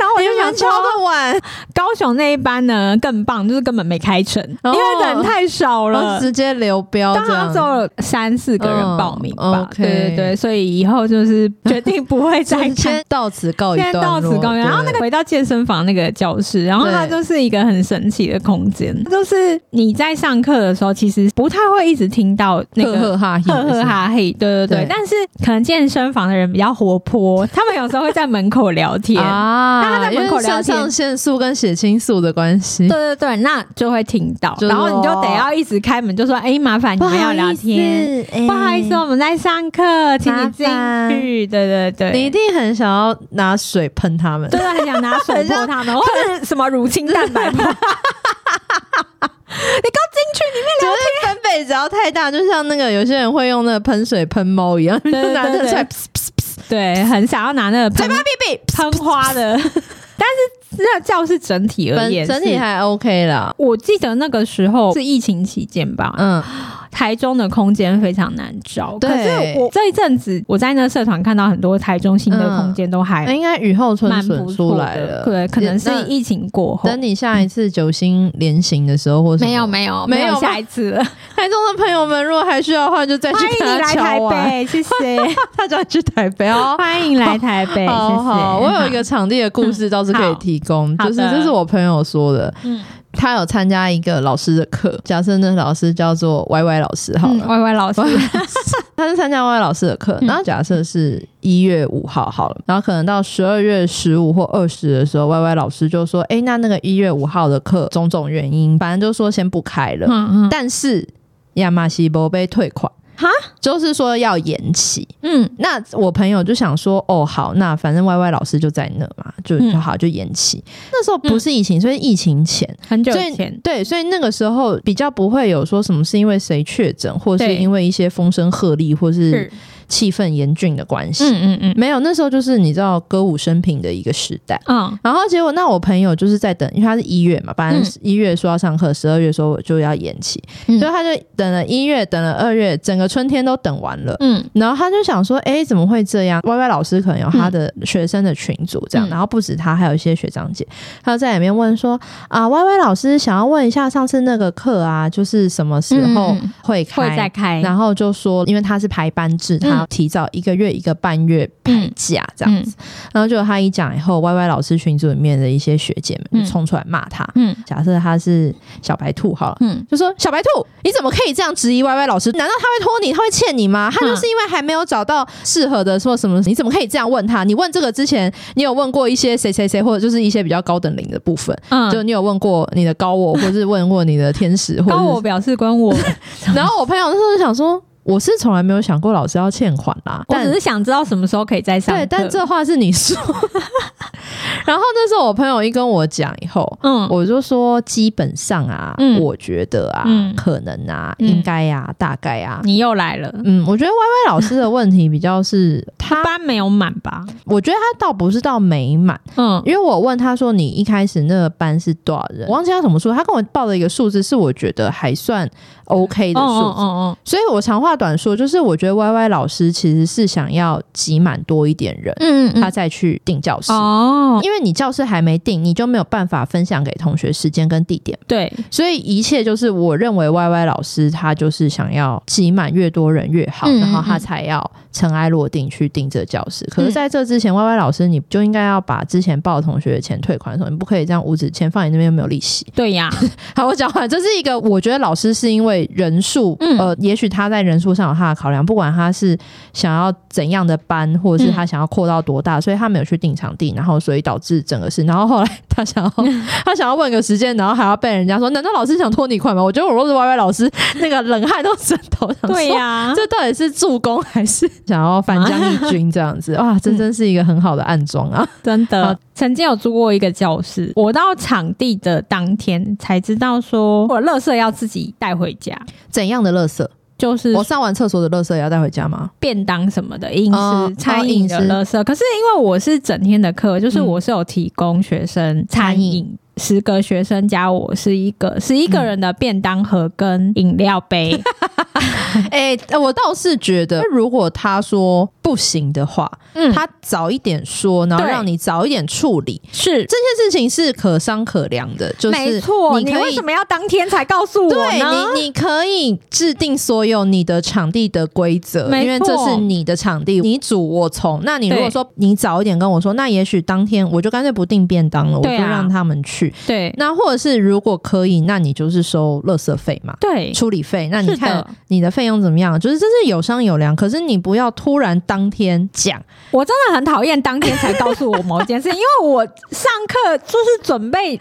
[SPEAKER 2] 然后我
[SPEAKER 1] 你
[SPEAKER 2] 就
[SPEAKER 1] 们
[SPEAKER 2] 想
[SPEAKER 1] 敲
[SPEAKER 2] 说。
[SPEAKER 1] 个 碗，
[SPEAKER 2] 高雄那一班呢更棒，就是根本没开成，因
[SPEAKER 1] 哦
[SPEAKER 2] 为人太少
[SPEAKER 1] 然后
[SPEAKER 2] 了。
[SPEAKER 1] 直接流标
[SPEAKER 2] 刚
[SPEAKER 1] 哦这
[SPEAKER 2] 好
[SPEAKER 1] 样
[SPEAKER 2] 只。有三四个人报名吧，
[SPEAKER 1] 嗯，OK
[SPEAKER 2] 对对对，所以以后就是决定不会再看
[SPEAKER 1] 先。到此告哦一
[SPEAKER 2] 现在
[SPEAKER 1] 段
[SPEAKER 2] 到
[SPEAKER 1] 落。
[SPEAKER 2] 此告一段落，然后那个
[SPEAKER 1] 对
[SPEAKER 2] 回到健身房那个教室，然后它
[SPEAKER 1] 对
[SPEAKER 2] 就是一个很神奇的空间，就是你在上课的时候，其实不太他会一直听到那
[SPEAKER 1] 呵
[SPEAKER 2] 个
[SPEAKER 1] 呵哈 嘿
[SPEAKER 2] 呵呵哈嘿，对对对
[SPEAKER 1] 对。
[SPEAKER 2] 但是可能健身房的人比较活泼，他们有时候会在门口聊天。
[SPEAKER 1] 啊，
[SPEAKER 2] 那他在门口
[SPEAKER 1] 因为
[SPEAKER 2] 聊
[SPEAKER 1] 肾
[SPEAKER 2] 天
[SPEAKER 1] 上腺素跟血清素的关系
[SPEAKER 2] 对。对对，那就会听到，
[SPEAKER 1] 就是
[SPEAKER 2] 然后你就
[SPEAKER 1] 哦
[SPEAKER 2] 得要一直开门，就说：“哎、麻烦你们要聊天，
[SPEAKER 1] 哎
[SPEAKER 2] 不好意思，我哦们在上课，请你进
[SPEAKER 1] 麻烦
[SPEAKER 2] 去。”对对对，
[SPEAKER 1] 你一定很想要拿水喷他们。
[SPEAKER 2] 对啊，很想拿手
[SPEAKER 1] 很
[SPEAKER 2] 泼
[SPEAKER 1] 像
[SPEAKER 2] 他们，或者是什么乳清蛋白泼。你给我进去里面
[SPEAKER 1] 就是 喷背只要太大，就像那个有些人会用那个喷水喷猫一 样，就
[SPEAKER 2] 对
[SPEAKER 1] 拿那个
[SPEAKER 2] 对
[SPEAKER 1] 出来，
[SPEAKER 2] 对，很想要拿那个
[SPEAKER 1] 嘴
[SPEAKER 2] 喷
[SPEAKER 1] 巴闭闭。
[SPEAKER 2] 喷花的，但是那教室整体而言
[SPEAKER 1] 本
[SPEAKER 2] 是，
[SPEAKER 1] 整体还 OK 啦，
[SPEAKER 2] 我记得那个时候是疫情期间吧，
[SPEAKER 1] 嗯，
[SPEAKER 2] 台中的空间非常难找。可
[SPEAKER 1] 对
[SPEAKER 2] 是我这一阵子我在那社团看到很多台中新的
[SPEAKER 1] 嗯
[SPEAKER 2] 空间都还
[SPEAKER 1] 应该雨后春
[SPEAKER 2] 蛮不
[SPEAKER 1] 笋
[SPEAKER 2] 错
[SPEAKER 1] 出来
[SPEAKER 2] 的，
[SPEAKER 1] 了。
[SPEAKER 2] 对，可能是
[SPEAKER 1] 那
[SPEAKER 2] 疫情过后。
[SPEAKER 1] 等你下一次九星连行的时候，或是哎
[SPEAKER 2] 没有 没有
[SPEAKER 1] 没有吗
[SPEAKER 2] 下一次了，
[SPEAKER 1] 台中的朋友们，如果还需要的话，就再去
[SPEAKER 2] 欢迎
[SPEAKER 1] 跟
[SPEAKER 2] 你
[SPEAKER 1] 他
[SPEAKER 2] 来
[SPEAKER 1] 敲
[SPEAKER 2] 台
[SPEAKER 1] 完。
[SPEAKER 2] 北，谢谢，
[SPEAKER 1] 他就要去台北 哦。
[SPEAKER 2] 欢迎来台北，谢谢。
[SPEAKER 1] 好好，我有一个场地的故事倒是可以提供，
[SPEAKER 2] 好
[SPEAKER 1] 就是
[SPEAKER 2] 好的
[SPEAKER 1] 这是我朋友说的，
[SPEAKER 2] 嗯
[SPEAKER 1] 他有参加一个老师的课，假设那老师叫做 Y Y 老师好
[SPEAKER 2] 嗯
[SPEAKER 1] 了，
[SPEAKER 2] 歪歪老师，
[SPEAKER 1] 他是参加 Y Y 老师的课，
[SPEAKER 2] 嗯
[SPEAKER 1] 然后假设是一月五号好了，然后可能到十二月十五或二十的时候，Y Y 老师就说，哎，那那个一月五号的课种种原因，反正就说先不开了，
[SPEAKER 2] 嗯嗯
[SPEAKER 1] 但是亚马西博被退款，
[SPEAKER 2] 哈，
[SPEAKER 1] 就是说要延期。
[SPEAKER 2] 嗯
[SPEAKER 1] 那我朋友就想说，哦，好，那反正 Y Y 老师就在那嘛，就
[SPEAKER 2] 嗯
[SPEAKER 1] 就好，就延期。那时候不是疫情，所以疫情前，
[SPEAKER 2] 很久
[SPEAKER 1] 所
[SPEAKER 2] 以
[SPEAKER 1] 以
[SPEAKER 2] 前，
[SPEAKER 1] 对，所以那个时候比较不会有说什么是因为谁确诊，或是
[SPEAKER 2] 对
[SPEAKER 1] 因为一些风声鹤唳，或是
[SPEAKER 2] 是
[SPEAKER 1] 气氛严峻的关系。
[SPEAKER 2] 嗯嗯嗯
[SPEAKER 1] 没有，那时候就是你知道歌舞升平的一个时代。
[SPEAKER 2] 嗯
[SPEAKER 1] 然后结果，那我朋友就是在等，因为他是一月嘛，反
[SPEAKER 2] 嗯
[SPEAKER 1] 正一月说要上课，十二月说我就要延期，
[SPEAKER 2] 嗯
[SPEAKER 1] 所以他就等了一月，等了二月，整个春天都等完了。
[SPEAKER 2] 嗯
[SPEAKER 1] 然后他就想说，哎，怎么会这样？Y Y 老师可能有他的学生的群组这
[SPEAKER 2] 嗯
[SPEAKER 1] 样，然后不止他，还有一些学长姐，他就在里面问说，啊，Y Y 老师想要问一下上次那个课啊，就是什么时候
[SPEAKER 2] 嗯嗯
[SPEAKER 1] 会开？
[SPEAKER 2] 会再开，
[SPEAKER 1] 然后就说，因为他是排班制，
[SPEAKER 2] 嗯
[SPEAKER 1] 他要提早一个月一个半月排假这样
[SPEAKER 2] 嗯
[SPEAKER 1] 子。然后就他一讲以后，Y Y 老师群组里面的一些学姐们
[SPEAKER 2] 嗯
[SPEAKER 1] 就冲出来骂他。
[SPEAKER 2] 嗯
[SPEAKER 1] 假设他是小白兔好了。
[SPEAKER 2] 嗯
[SPEAKER 1] 就说小白兔，你怎么可以这样质疑 Y Y 老师？难道他会拖你？他会欠你吗？他
[SPEAKER 2] 嗯
[SPEAKER 1] 就是因为还没有找到适合的，说什么？你怎么可以这样问他？你问这个之前，你有问过一些谁谁谁，或者就是一些比较高等龄的部分，
[SPEAKER 2] 嗯，
[SPEAKER 1] 就你有问过你的高我，或是问过你的天使，或者
[SPEAKER 2] 高
[SPEAKER 1] 是
[SPEAKER 2] 我表示关 我，
[SPEAKER 1] 然后我朋友那时候就想说，我是从来没有想过老师要欠款啦，
[SPEAKER 2] 我
[SPEAKER 1] 但
[SPEAKER 2] 只是想知道什么时候可以再上课。
[SPEAKER 1] 对，但这话是你说。 然后那时候我朋友一跟我讲以后，
[SPEAKER 2] 嗯，
[SPEAKER 1] 我就说基本上啊，
[SPEAKER 2] 嗯
[SPEAKER 1] 我觉得啊，
[SPEAKER 2] 嗯
[SPEAKER 1] 可能啊，
[SPEAKER 2] 嗯
[SPEAKER 1] 应该啊，大概啊。
[SPEAKER 2] 你又来了，
[SPEAKER 1] 嗯，我觉得 Y Y 老师的问题比较是 他，
[SPEAKER 2] 班没有满吧？
[SPEAKER 1] 我觉得他倒不是到美满，
[SPEAKER 2] 嗯
[SPEAKER 1] 因为我问他说你一开始那个班是多少人，我忘记他什么数，他跟我报了一个数字，是我觉得还算 OK 的
[SPEAKER 2] 哦
[SPEAKER 1] 数
[SPEAKER 2] 哦
[SPEAKER 1] 字
[SPEAKER 2] 哦，哦，
[SPEAKER 1] 所以我长话短说，就是我觉得 Y Y 老师其实是想要挤满多一点人，
[SPEAKER 2] 嗯
[SPEAKER 1] 他再去订教室。
[SPEAKER 2] 哦，
[SPEAKER 1] 因为你教室还没定，你就没有办法分享给同学时间跟地点，
[SPEAKER 2] 对，
[SPEAKER 1] 所以一切就是我认为 Y Y 老师他就是想要挤满越多人越好，
[SPEAKER 2] 嗯
[SPEAKER 1] 然后他才要尘埃落定去定这教室。可是在这之前，Y Y 老师你就应该要把之前报同学的钱退款的时候，你不可以这样无止钱放你那边又没有利息。
[SPEAKER 2] 对呀，
[SPEAKER 1] 好，我讲完，这是一个我觉得老师是因为人数，
[SPEAKER 2] 嗯
[SPEAKER 1] 呃，也许他在人数上有他的考量，不管他是想要怎样的班，或者
[SPEAKER 2] 嗯
[SPEAKER 1] 是他想要扩到多大，所以他没有去定场地，然后所以导致整个事，然后后来他 想要他想要问个时间，然后还要被人家说，难道老师想拖你款吗？我觉得我若是 Y Y 老师，那个冷汗都枕头 上。
[SPEAKER 2] 对呀，啊
[SPEAKER 1] 这到底是助攻 还是想要反将一军这样子？哇，
[SPEAKER 2] 嗯
[SPEAKER 1] 这真是一个很好的暗装啊！
[SPEAKER 2] 真的
[SPEAKER 1] 好
[SPEAKER 2] 曾经有租过一个教室，我到场地的当天才知道说，我垃圾要自己带回家，
[SPEAKER 1] 怎样的垃圾？
[SPEAKER 2] 就是
[SPEAKER 1] 我上完厕所的垃圾也要带回家吗？
[SPEAKER 2] 便当什么的饮
[SPEAKER 1] 哦
[SPEAKER 2] 食、餐饮的
[SPEAKER 1] 哦饮食
[SPEAKER 2] 垃圾。可是因为我是整天的课，就是
[SPEAKER 1] 嗯
[SPEAKER 2] 我是有提供学生餐
[SPEAKER 1] 餐饮
[SPEAKER 2] 饮。十个
[SPEAKER 1] 嗯
[SPEAKER 2] 学生加我是一个十一个人的便当盒跟饮料杯，
[SPEAKER 1] 哎、我倒是觉得，如果他说不行的话，
[SPEAKER 2] 嗯
[SPEAKER 1] 他早一点说，然后
[SPEAKER 2] 对
[SPEAKER 1] 让你早一点处理
[SPEAKER 2] 是
[SPEAKER 1] 这件事情是可商可量的，就是
[SPEAKER 2] 没错。
[SPEAKER 1] 你
[SPEAKER 2] 你
[SPEAKER 1] 可
[SPEAKER 2] 为
[SPEAKER 1] 以
[SPEAKER 2] 什。么要当天才告诉我呢
[SPEAKER 1] 对？你，你可以制定所有你的场地的规则，
[SPEAKER 2] 没错
[SPEAKER 1] 因为这是你的场地，你主我从。那你如果
[SPEAKER 2] 对
[SPEAKER 1] 说你早一点跟我说，那也许当天我就干脆不订便当了，我就
[SPEAKER 2] 对啊
[SPEAKER 1] 让他们去。
[SPEAKER 2] 对
[SPEAKER 1] 那或者是如果可以，那你就是收垃圾费嘛。
[SPEAKER 2] 对
[SPEAKER 1] 处理费，那你
[SPEAKER 2] 是
[SPEAKER 1] 看
[SPEAKER 2] 的
[SPEAKER 1] 你的费用怎么样？就是这是有商有量，可是你不要突然当天讲，
[SPEAKER 2] 我真的很讨厌当天才告诉我某一件事，因为我上课就是准备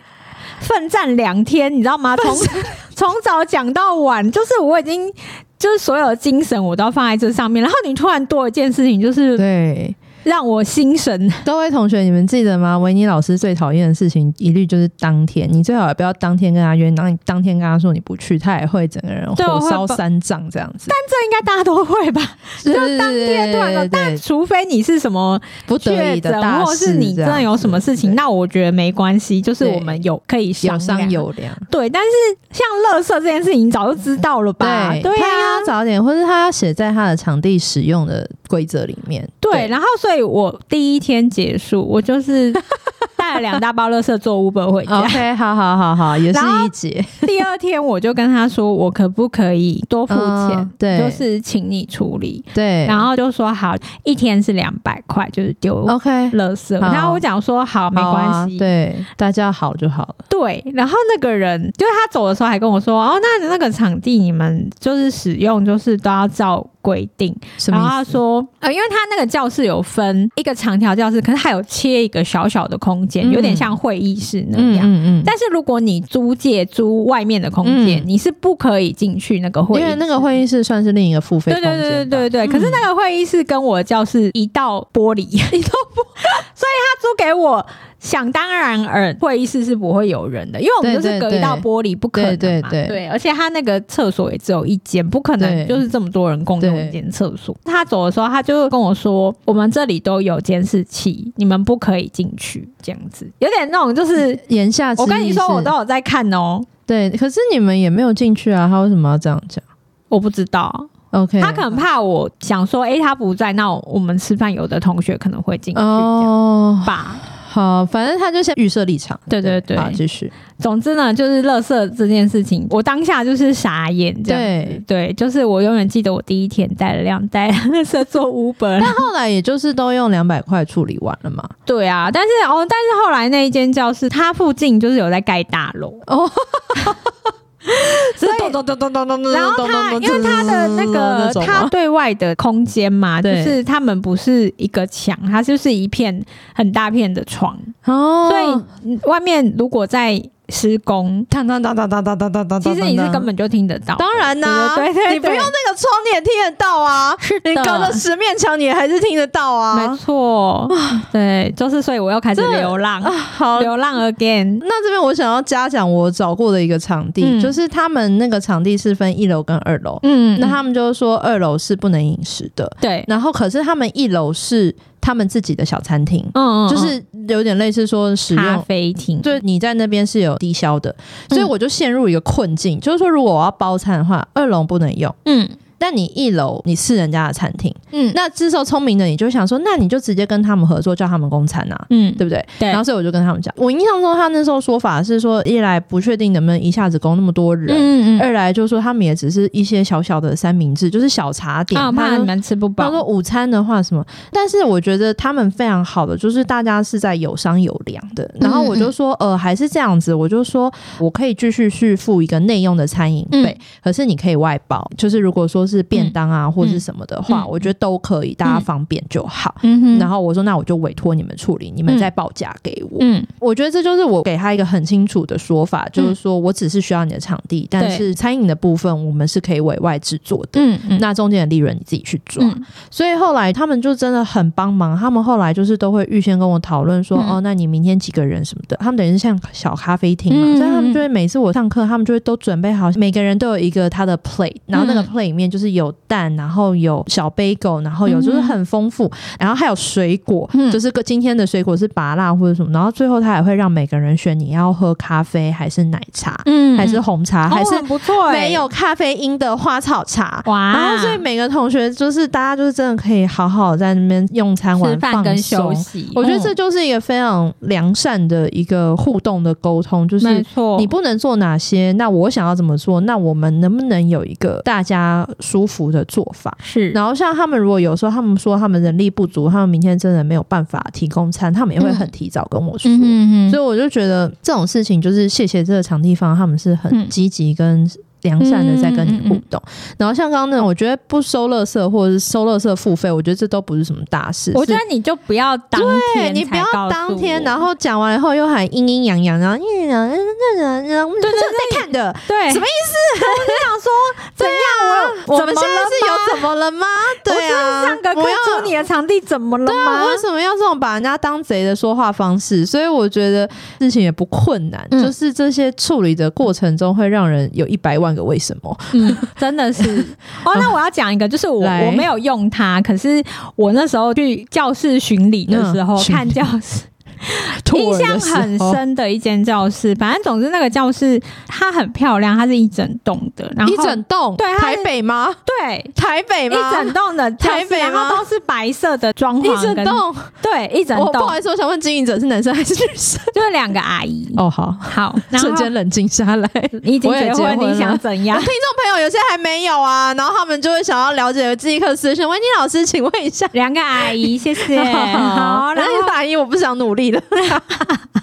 [SPEAKER 2] 奋战两天，你知道吗？从 从早讲到晚，就是我已经就是所有的精神我都要放在这上面，然后你突然多一件事情，就是
[SPEAKER 1] 对，
[SPEAKER 2] 让我心神
[SPEAKER 1] 各位同学，你们记得吗？维尼老师最讨厌的事情，一律就是当天。你最好也不要当天跟他约，然后你当天跟他说你不去，他也会整个人
[SPEAKER 2] 对啊我
[SPEAKER 1] 火
[SPEAKER 2] 会
[SPEAKER 1] 烧
[SPEAKER 2] 爆
[SPEAKER 1] 三丈这样子。
[SPEAKER 2] 这应该大家都会吧？
[SPEAKER 1] 就
[SPEAKER 2] 就当天突然有，但除非你是什么
[SPEAKER 1] 不得
[SPEAKER 2] 确
[SPEAKER 1] 已的
[SPEAKER 2] 诊，
[SPEAKER 1] 大
[SPEAKER 2] 或
[SPEAKER 1] 事，
[SPEAKER 2] 是你真的有什么事情，那我觉得没关系，就是
[SPEAKER 1] 对
[SPEAKER 2] 我们有可以
[SPEAKER 1] 有
[SPEAKER 2] 商
[SPEAKER 1] 商
[SPEAKER 2] 量。
[SPEAKER 1] 有量。
[SPEAKER 2] 对，但是像垃圾这件事情，你早就知道了吧？
[SPEAKER 1] 对，
[SPEAKER 2] 对
[SPEAKER 1] 他应
[SPEAKER 2] 啊
[SPEAKER 1] 该要，早点，或是他要写在他的场地使用的规则里面。
[SPEAKER 2] 对，，然后所以我第一天结束，我就是 带了两大包垃圾坐 Uber 回家。
[SPEAKER 1] OK，好好好好，也是
[SPEAKER 2] 然后
[SPEAKER 1] 一节。
[SPEAKER 2] 第二天我就跟他说，我可不可以多付钱？
[SPEAKER 1] 嗯对
[SPEAKER 2] 就是请你处理。
[SPEAKER 1] 对，
[SPEAKER 2] 然后就说好，一天是两百块，就是丢
[SPEAKER 1] OK，
[SPEAKER 2] 垃圾。
[SPEAKER 1] 哦好
[SPEAKER 2] 然后我讲说好，没
[SPEAKER 1] 好啊
[SPEAKER 2] 关系。
[SPEAKER 1] 对，大家好就好了。
[SPEAKER 2] 对，然后那个人就是他走的时候还跟我说，哦，那那个场地你们就是使用就是都要照规定。
[SPEAKER 1] 什
[SPEAKER 2] 然
[SPEAKER 1] 么
[SPEAKER 2] 后
[SPEAKER 1] 意
[SPEAKER 2] 他
[SPEAKER 1] 思？
[SPEAKER 2] 说，呃，因为他那个教室有分一个长条教室，可是还有切一个小小的空间，
[SPEAKER 1] 嗯
[SPEAKER 2] 有点像会议室那
[SPEAKER 1] 嗯
[SPEAKER 2] 样。
[SPEAKER 1] 嗯嗯，
[SPEAKER 2] 但是如果你租借租外面的空间，
[SPEAKER 1] 嗯
[SPEAKER 2] 你是不可以进去那个会议
[SPEAKER 1] 因
[SPEAKER 2] 室，
[SPEAKER 1] 为那个会议室算是另一个付费
[SPEAKER 2] 对
[SPEAKER 1] 空间
[SPEAKER 2] 对
[SPEAKER 1] 吧。
[SPEAKER 2] 对对对对。可是那个会议室跟我的教室一道玻璃， 一道玻，所以他租给我，想当然尔，会议室是不会有人的，因为我们
[SPEAKER 1] 对
[SPEAKER 2] 就是
[SPEAKER 1] 对
[SPEAKER 2] 隔一
[SPEAKER 1] 对
[SPEAKER 2] 道玻璃，不可能嘛。
[SPEAKER 1] 对对对
[SPEAKER 2] 而且他那个厕所也只有一间，不可能
[SPEAKER 1] 对
[SPEAKER 2] 就是这么多人共用
[SPEAKER 1] 对
[SPEAKER 2] 一间厕所。他走的时候，他就跟我说：“我们这里都有监视器，你们不可以进去。”这样子，有点那种就是。
[SPEAKER 1] 言下之
[SPEAKER 2] 我跟
[SPEAKER 1] 意
[SPEAKER 2] 你说，
[SPEAKER 1] 嗯是
[SPEAKER 2] 我都有在看哦，
[SPEAKER 1] 对，可是你们也没有进去啊，他为什么要这样讲
[SPEAKER 2] 我不知道，
[SPEAKER 1] ？OK，
[SPEAKER 2] 他可能怕我想说，诶，他不在，那我们吃饭有的同学可能会进去这样
[SPEAKER 1] 哦，
[SPEAKER 2] 吧。
[SPEAKER 1] 好，反正他就先预设立场。
[SPEAKER 2] 对对对
[SPEAKER 1] 好，继续。
[SPEAKER 2] 总之呢，就是垃圾这件事情，我当下就是傻眼这样子。对，就是我永远记得我第一天 带了两袋垃圾做 Uber。
[SPEAKER 1] 但后来也就是都用两百块处理完了嘛。
[SPEAKER 2] 对啊，但是哦，但是后来那一间教室，它附近就是有在盖大楼
[SPEAKER 1] 哦，
[SPEAKER 2] 所以
[SPEAKER 1] 咚咚咚咚咚咚
[SPEAKER 2] 然后它，因为它的那个它对外的空间嘛，就
[SPEAKER 1] 对
[SPEAKER 2] 是他们不是一个墙，它就是一片很大片的床，
[SPEAKER 1] 哦，
[SPEAKER 2] 所以嗯外面如果在施工，
[SPEAKER 1] 当当当当当当当当当，
[SPEAKER 2] 其实你是根本就听得到。
[SPEAKER 1] 嗯当然啦、
[SPEAKER 2] 哦对对对对
[SPEAKER 1] 你不用那个窗你也听得到啊，
[SPEAKER 2] 是
[SPEAKER 1] 你隔了十面墙你还是听得到
[SPEAKER 2] 没
[SPEAKER 1] 啊。
[SPEAKER 2] 错，对，就是所以我又开始
[SPEAKER 1] 这啊
[SPEAKER 2] 流浪，
[SPEAKER 1] 好，
[SPEAKER 2] 流浪 again。
[SPEAKER 1] 那这边我想要嘉奖我找过的一个场地，
[SPEAKER 2] 嗯
[SPEAKER 1] 就是他们那个场地是分一楼跟二楼，
[SPEAKER 2] 嗯
[SPEAKER 1] 那他们就是说二楼是不能饮食的，
[SPEAKER 2] 对，
[SPEAKER 1] 然后可是他们一楼是他们自己的小餐厅，
[SPEAKER 2] 嗯
[SPEAKER 1] 就是有点类似说使
[SPEAKER 2] 咖
[SPEAKER 1] 用。
[SPEAKER 2] 啡厅，
[SPEAKER 1] 对，你在那边是有低消的，所以
[SPEAKER 2] 嗯
[SPEAKER 1] 我就陷入一个困境，就是说，如果我要包餐的话，二楼不能用，
[SPEAKER 2] 嗯
[SPEAKER 1] 但你一楼你是人家的餐厅，
[SPEAKER 2] 嗯
[SPEAKER 1] 那这时候聪明的你就想说，那你就直接跟他们合作，叫他们供餐啊，
[SPEAKER 2] 嗯
[SPEAKER 1] 对不对？
[SPEAKER 2] 对
[SPEAKER 1] 然后所以我就跟他们讲，我印象中他那时候说法是说，一来不确定能不能一下子供那么多人，
[SPEAKER 2] 嗯
[SPEAKER 1] 二来就是说他们也只是一些小小的三明治，就是小茶点。
[SPEAKER 2] 啊，
[SPEAKER 1] 他
[SPEAKER 2] 怕
[SPEAKER 1] 就
[SPEAKER 2] 你们吃不
[SPEAKER 1] 他说
[SPEAKER 2] 饱。
[SPEAKER 1] 午餐的话什么，但是我觉得他们非常好的，就是大家是在有商有量的。然
[SPEAKER 2] 嗯
[SPEAKER 1] 后我就说，呃，还是这样子，我就说我可以继续去付一个内用的餐饮费，
[SPEAKER 2] 嗯
[SPEAKER 1] 可是你可以外包，就是如果说是便当啊、或是什么的话，
[SPEAKER 2] 嗯
[SPEAKER 1] 我觉得都可以，大家方便就好。
[SPEAKER 2] 嗯哼
[SPEAKER 1] 然后我说，那我就委托你们处理，你们
[SPEAKER 2] 嗯
[SPEAKER 1] 再报价给我。
[SPEAKER 2] 嗯
[SPEAKER 1] 我觉得这就是我给他一个很清楚的说法，就是说我只是需要你的场地，但是餐饮的部分我们是可以委外制作的。
[SPEAKER 2] 嗯嗯
[SPEAKER 1] 那中间的利润你自己去抓，
[SPEAKER 2] 嗯
[SPEAKER 1] 所以后来他们就真的很帮忙。他们后来就是都会预先跟我讨论说，
[SPEAKER 2] 嗯
[SPEAKER 1] 哦，那你明天几个人什么的。他们等于是像小咖啡厅嘛，
[SPEAKER 2] 嗯嗯
[SPEAKER 1] 所以他们就会每次我上课，他们就会都准备好，每个人都有一个他的 plate，然后那个 plate 里面就就是有蛋，然后有小杯狗，然后有就是很丰富，然后还有水果，
[SPEAKER 2] 嗯
[SPEAKER 1] 就是个今天的水果是芭辣或者什么，然后最后他还会让每个人选你要喝咖啡还是奶茶，
[SPEAKER 2] 嗯
[SPEAKER 1] 还是红茶，还是
[SPEAKER 2] 哦很不错欸，
[SPEAKER 1] 没有咖啡因的花草茶。
[SPEAKER 2] 哇，
[SPEAKER 1] 然后，所以每个同学就是大家就是真的可以好好在那边用餐
[SPEAKER 2] 吃
[SPEAKER 1] 玩
[SPEAKER 2] 饭
[SPEAKER 1] 放
[SPEAKER 2] 跟休
[SPEAKER 1] 松。
[SPEAKER 2] 息，
[SPEAKER 1] 我觉得
[SPEAKER 2] 嗯
[SPEAKER 1] 这就是一个非常良善的一个互动的沟通，就是
[SPEAKER 2] 没错，
[SPEAKER 1] 你不能做哪些，那我想要怎么做？那我们能不能有一个大家舒服的做法？
[SPEAKER 2] 是
[SPEAKER 1] 然后像他们，如果有时候他们说他们人力不足，他们明天真的没有办法提供餐，他们也会很提早跟我说。
[SPEAKER 2] 嗯
[SPEAKER 1] 所以我就觉得这种事情就是谢谢这个场地方，他们是很
[SPEAKER 2] 嗯
[SPEAKER 1] 积极跟良善的在跟你
[SPEAKER 2] 嗯
[SPEAKER 1] 互
[SPEAKER 2] 嗯
[SPEAKER 1] 动。然后像刚刚那种，我觉得不收垃圾或者是收垃圾付费，我觉得这都不是什么大事。
[SPEAKER 2] 我觉
[SPEAKER 1] 是
[SPEAKER 2] 得你就不要当
[SPEAKER 1] 对
[SPEAKER 2] 天，
[SPEAKER 1] 你不要当天，然
[SPEAKER 2] 后
[SPEAKER 1] 后讲完以后又喊阴阴阳阳，然后阴阳阳，那那我们这在看的，
[SPEAKER 2] 对
[SPEAKER 1] 什么怎样？我
[SPEAKER 2] 我
[SPEAKER 1] 我们现在是有怎么了吗？对啊，
[SPEAKER 2] 上个课
[SPEAKER 1] 不要
[SPEAKER 2] 租你的场地怎么了
[SPEAKER 1] 啊
[SPEAKER 2] 吗
[SPEAKER 1] 为？什么要这种把人家当贼的说话方式？所以我觉得事情也不困难，
[SPEAKER 2] 嗯
[SPEAKER 1] 就是这些处理的过程中会让人有一百万个为什么。
[SPEAKER 2] 嗯，真的是哦。那我要讲一个，就是我
[SPEAKER 1] 来
[SPEAKER 2] 我没有用它，可是我那时候去教室巡礼的时候
[SPEAKER 1] 嗯，巡礼
[SPEAKER 2] 看教 室，印
[SPEAKER 1] tour
[SPEAKER 2] 象
[SPEAKER 1] 的时候
[SPEAKER 2] 很，深的一间教室。反正总之那个教室它很漂亮，它是一整栋的，然后
[SPEAKER 1] 一整栋，
[SPEAKER 2] 对它
[SPEAKER 1] 台北吗？
[SPEAKER 2] 对。
[SPEAKER 1] 台北
[SPEAKER 2] 一
[SPEAKER 1] 吗？
[SPEAKER 2] 整栋的教室
[SPEAKER 1] 台北吗
[SPEAKER 2] 然后都是白色的装潢
[SPEAKER 1] 一整
[SPEAKER 2] 跟，
[SPEAKER 1] 栋，哦
[SPEAKER 2] 对，一整
[SPEAKER 1] 我不
[SPEAKER 2] 栋
[SPEAKER 1] 好意思，我想问经营者是男生还是女生？
[SPEAKER 2] 就是两个阿姨。
[SPEAKER 1] 哦，好，
[SPEAKER 2] 好，然后
[SPEAKER 1] 瞬间冷静下来。听
[SPEAKER 2] 你已经
[SPEAKER 1] 我也
[SPEAKER 2] 结
[SPEAKER 1] 结婚了
[SPEAKER 2] 你想怎 样？
[SPEAKER 1] 众朋友有些还没有啊，然后他们就会想要了解基克斯讯。喂，你老师，请问一 下，
[SPEAKER 2] 两个阿姨，谢谢。 好，然
[SPEAKER 1] 然
[SPEAKER 2] 后
[SPEAKER 1] 后大一我不想努力了。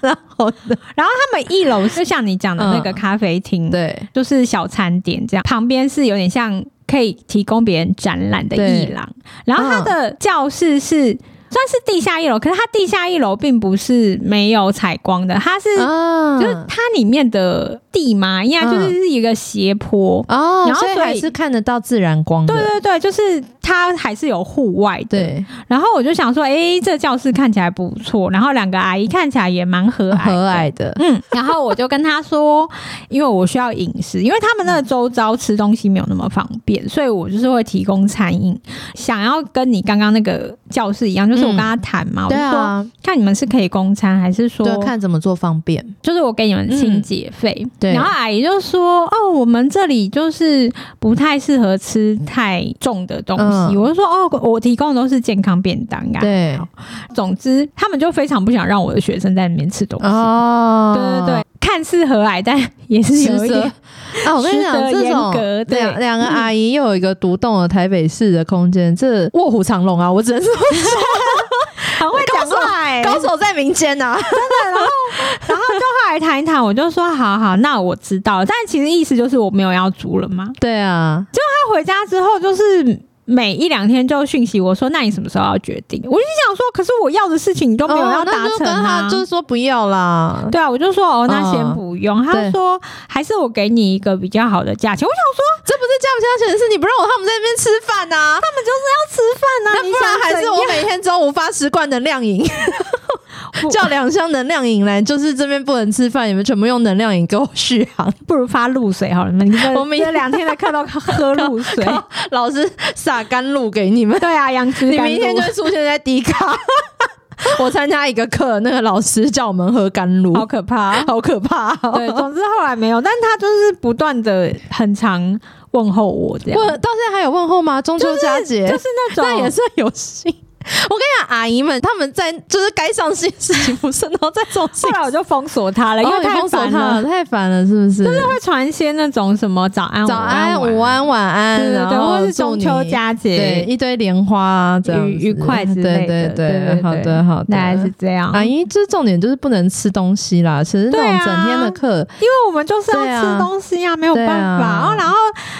[SPEAKER 1] 然后呢
[SPEAKER 2] 然后他们一楼是像你讲的那个咖啡厅，，
[SPEAKER 1] 对，
[SPEAKER 2] 就是小餐点这样，旁边是有点像可以提供别人展览的
[SPEAKER 1] 对
[SPEAKER 2] 艺廊，然后它的教室是。算是地下一楼，可是它地下一楼并不是没有采光的，它是、
[SPEAKER 1] 啊
[SPEAKER 2] 就是它里面的地嘛，应该就是是一个斜坡，
[SPEAKER 1] 哦，
[SPEAKER 2] 然后
[SPEAKER 1] 所以
[SPEAKER 2] 所以
[SPEAKER 1] 还是看得到自然光的。
[SPEAKER 2] 对对对，就是它还是有户外的。
[SPEAKER 1] 对，
[SPEAKER 2] 然后我就想说，诶，这教室看起来不错，然后两个阿姨看起来也蛮和蔼的
[SPEAKER 1] 呃和蔼的。
[SPEAKER 2] 嗯， 然后我就跟他说，因为我需要饮食，因为他们那个周遭吃东西没有那么方便，所以我就是会提供餐饮。想要跟你刚刚那个教室一样，就是我跟他谈嘛，我就
[SPEAKER 1] 嗯对
[SPEAKER 2] 说、
[SPEAKER 1] 啊，
[SPEAKER 2] 看你们是可以供餐，还是说
[SPEAKER 1] 对，啊看怎么做方便。
[SPEAKER 2] 就是我给你们清洁费、
[SPEAKER 1] 对啊
[SPEAKER 2] 然后阿姨就说：“哦，我们这里就是不太适合吃太重的东西。
[SPEAKER 1] 嗯
[SPEAKER 2] 我就说：“哦，我提供的都是健康便当啊。
[SPEAKER 1] 对，”
[SPEAKER 2] 总之，他们就非常不想让我的学生在里面吃东西。
[SPEAKER 1] 哦，
[SPEAKER 2] 对对对，看似和蔼，但也是有
[SPEAKER 1] 实
[SPEAKER 2] 一
[SPEAKER 1] 则
[SPEAKER 2] 点。
[SPEAKER 1] 啊，我跟你讲
[SPEAKER 2] 实，则
[SPEAKER 1] 这种
[SPEAKER 2] 严格对
[SPEAKER 1] 两两个阿姨又有一个独栋的台北市的空间，
[SPEAKER 2] 嗯
[SPEAKER 1] 这卧虎藏龙啊！我只能说
[SPEAKER 2] 很会讲话哎、
[SPEAKER 1] 高手在民间啊呐。
[SPEAKER 2] 然后就后来谈一谈，我就说好好，那我知道了。但其实意思就是我没有要租了嘛。
[SPEAKER 1] 对啊，
[SPEAKER 2] 他回家之后就是。每一两天就讯息我说，那你什么时候要决定？我就想说，可是我要的事情你都没有
[SPEAKER 1] 哦
[SPEAKER 2] 要达
[SPEAKER 1] 那就
[SPEAKER 2] 成
[SPEAKER 1] 跟
[SPEAKER 2] 啊。
[SPEAKER 1] 他就是说不要啦。
[SPEAKER 2] 对啊，我就说哦，那
[SPEAKER 1] 嗯
[SPEAKER 2] 先不用。他
[SPEAKER 1] 对
[SPEAKER 2] 说还是我给你一个比较好的价钱。我想
[SPEAKER 1] 这不是加不加钱的事，你不让我他们在那边吃饭呐？
[SPEAKER 2] 他们就是要吃饭呐、啊
[SPEAKER 1] 那
[SPEAKER 2] 你
[SPEAKER 1] 不然
[SPEAKER 2] 想
[SPEAKER 1] 还
[SPEAKER 2] 怎
[SPEAKER 1] 是
[SPEAKER 2] 样
[SPEAKER 1] 我每天中午发十罐能量饮
[SPEAKER 2] 不，
[SPEAKER 1] 叫两箱能量饮来，就是这边不能吃饭，你们全部用能量饮给我续航。
[SPEAKER 2] 不如发露水好了。你们
[SPEAKER 1] 我明
[SPEAKER 2] 这两天的 课都喝露水。
[SPEAKER 1] 老师撒甘露给你 们，
[SPEAKER 2] 对啊，杨枝
[SPEAKER 1] 你
[SPEAKER 2] 甘
[SPEAKER 1] 明天
[SPEAKER 2] 露
[SPEAKER 1] 就。会出现在迪卡。 我参加一个课，那个老师叫我们喝甘露，。
[SPEAKER 2] 好可怕
[SPEAKER 1] 好可怕哦、
[SPEAKER 2] 对，总之后来没有，但他就是不断的很常问候我这样，
[SPEAKER 1] 问到现在还有问候吗？中秋佳节、
[SPEAKER 2] 就是那种
[SPEAKER 1] 那也算 有幸。我跟你讲，阿姨们他们在就是该上心的事情不是，然后在这种事
[SPEAKER 2] 后
[SPEAKER 1] 情
[SPEAKER 2] 来我就封锁他了，因
[SPEAKER 1] 哦
[SPEAKER 2] 为
[SPEAKER 1] 你
[SPEAKER 2] 太
[SPEAKER 1] 封锁
[SPEAKER 2] 烦
[SPEAKER 1] 他
[SPEAKER 2] 了，
[SPEAKER 1] 了，太烦了，是不是？
[SPEAKER 2] 会传一些那种什么早安、
[SPEAKER 1] 早安、
[SPEAKER 2] 晚
[SPEAKER 1] 午
[SPEAKER 2] 安、
[SPEAKER 1] 安、晚安，啊
[SPEAKER 2] 对对对，
[SPEAKER 1] 然
[SPEAKER 2] 或
[SPEAKER 1] 后
[SPEAKER 2] 是中
[SPEAKER 1] 祝
[SPEAKER 2] 秋
[SPEAKER 1] 你
[SPEAKER 2] 佳
[SPEAKER 1] 对
[SPEAKER 2] 节
[SPEAKER 1] 一堆莲花啊，这样
[SPEAKER 2] 愉
[SPEAKER 1] 子
[SPEAKER 2] 愉快之类
[SPEAKER 1] 对
[SPEAKER 2] 的，
[SPEAKER 1] 对
[SPEAKER 2] 对，
[SPEAKER 1] 好的好的，啊
[SPEAKER 2] 大概是这样。
[SPEAKER 1] 阿姨，这重点就是不能吃东西啦。其实那
[SPEAKER 2] 对
[SPEAKER 1] 种
[SPEAKER 2] 啊
[SPEAKER 1] 整天的课，
[SPEAKER 2] 因为我们就是要
[SPEAKER 1] 对啊
[SPEAKER 2] 吃东西啊，没有办法。
[SPEAKER 1] 对啊
[SPEAKER 2] 然后，然后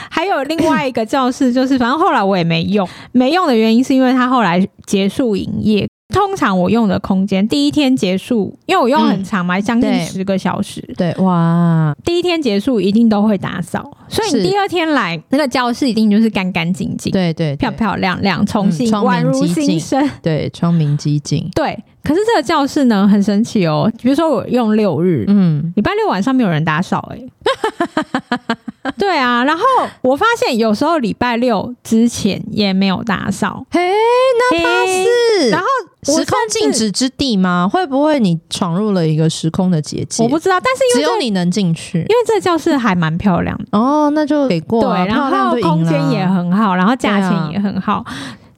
[SPEAKER 2] 还有另外一个教室，就是反正后来我也没 用，没用的原因是因为他后来结束营业。通常我用的空间，第一天结束，因为我用很长嘛，将
[SPEAKER 1] 嗯对
[SPEAKER 2] 近十个小时。
[SPEAKER 1] 对哇，
[SPEAKER 2] 第一天结束一定都会打扫，所以
[SPEAKER 1] 是
[SPEAKER 2] 你第二天来那个教室一定就是干干净净、
[SPEAKER 1] 对嗯对
[SPEAKER 2] 漂
[SPEAKER 1] 对
[SPEAKER 2] 漂亮亮，重新、
[SPEAKER 1] 窗
[SPEAKER 2] 宛
[SPEAKER 1] 明
[SPEAKER 2] 如
[SPEAKER 1] 几
[SPEAKER 2] 新
[SPEAKER 1] 净
[SPEAKER 2] 生。
[SPEAKER 1] 对，窗明几净，
[SPEAKER 2] 对，可是这个教室呢很神奇哦，比如说我用六日，
[SPEAKER 1] 嗯，
[SPEAKER 2] 礼拜六晚上没有人打扫、欸，哎，就 对啊，然后我发现有时候礼拜六之前也没有打扫，
[SPEAKER 1] 嘿，那他
[SPEAKER 2] 嘿
[SPEAKER 1] 是
[SPEAKER 2] 然后我
[SPEAKER 1] 时空
[SPEAKER 2] 甚至
[SPEAKER 1] 静止之地吗？会不会你闯入了一个时空的结界？
[SPEAKER 2] 我不知道，但是因
[SPEAKER 1] 只
[SPEAKER 2] 为
[SPEAKER 1] 有
[SPEAKER 2] 这
[SPEAKER 1] 你能进去
[SPEAKER 2] 因为这教室还蛮漂亮的，
[SPEAKER 1] 哦，那就给过啊、
[SPEAKER 2] 对，然
[SPEAKER 1] 漂亮
[SPEAKER 2] 后
[SPEAKER 1] 就赢
[SPEAKER 2] 空
[SPEAKER 1] 了
[SPEAKER 2] 间也很好，然后价
[SPEAKER 1] 对啊
[SPEAKER 2] 钱也很好。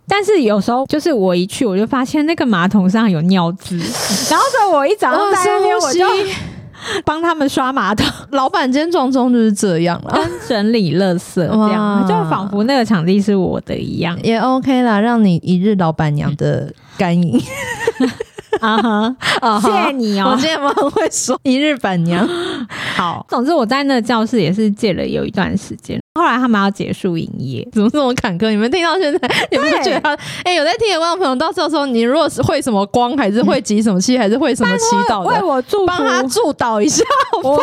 [SPEAKER 2] 但是有时候就是我一去，我就发现那个马桶上有尿 渍，然后所以我一早上
[SPEAKER 1] 哦
[SPEAKER 2] 在那边我
[SPEAKER 1] 深
[SPEAKER 2] 就
[SPEAKER 1] 呼吸
[SPEAKER 2] 帮他们刷马 桶、
[SPEAKER 1] 老板今天撞钟就是这样了，
[SPEAKER 2] 跟整理垃圾，这样
[SPEAKER 1] 哇
[SPEAKER 2] 就仿佛那个场地是我的一样
[SPEAKER 1] 也 OK 啦，让你一日老板娘的 干瘾。
[SPEAKER 2] 啊哈！
[SPEAKER 1] 啊
[SPEAKER 2] 谢谢你
[SPEAKER 1] 我
[SPEAKER 2] 哦
[SPEAKER 1] 今。天蛮会说一日板娘，
[SPEAKER 2] 好，总之我在那个教室也是借了有一段时间，后来他们要结束营业，
[SPEAKER 1] 怎么这么坎坷？你们听到现在，你们
[SPEAKER 2] 对
[SPEAKER 1] 觉得他哎、有在听的观众朋友，到时候你如果是会什么光，还是会集什么气，还是会什么祈祷
[SPEAKER 2] 为
[SPEAKER 1] 的，
[SPEAKER 2] 我祝
[SPEAKER 1] 帮他
[SPEAKER 2] 福。
[SPEAKER 1] 祝祷一下。
[SPEAKER 2] 我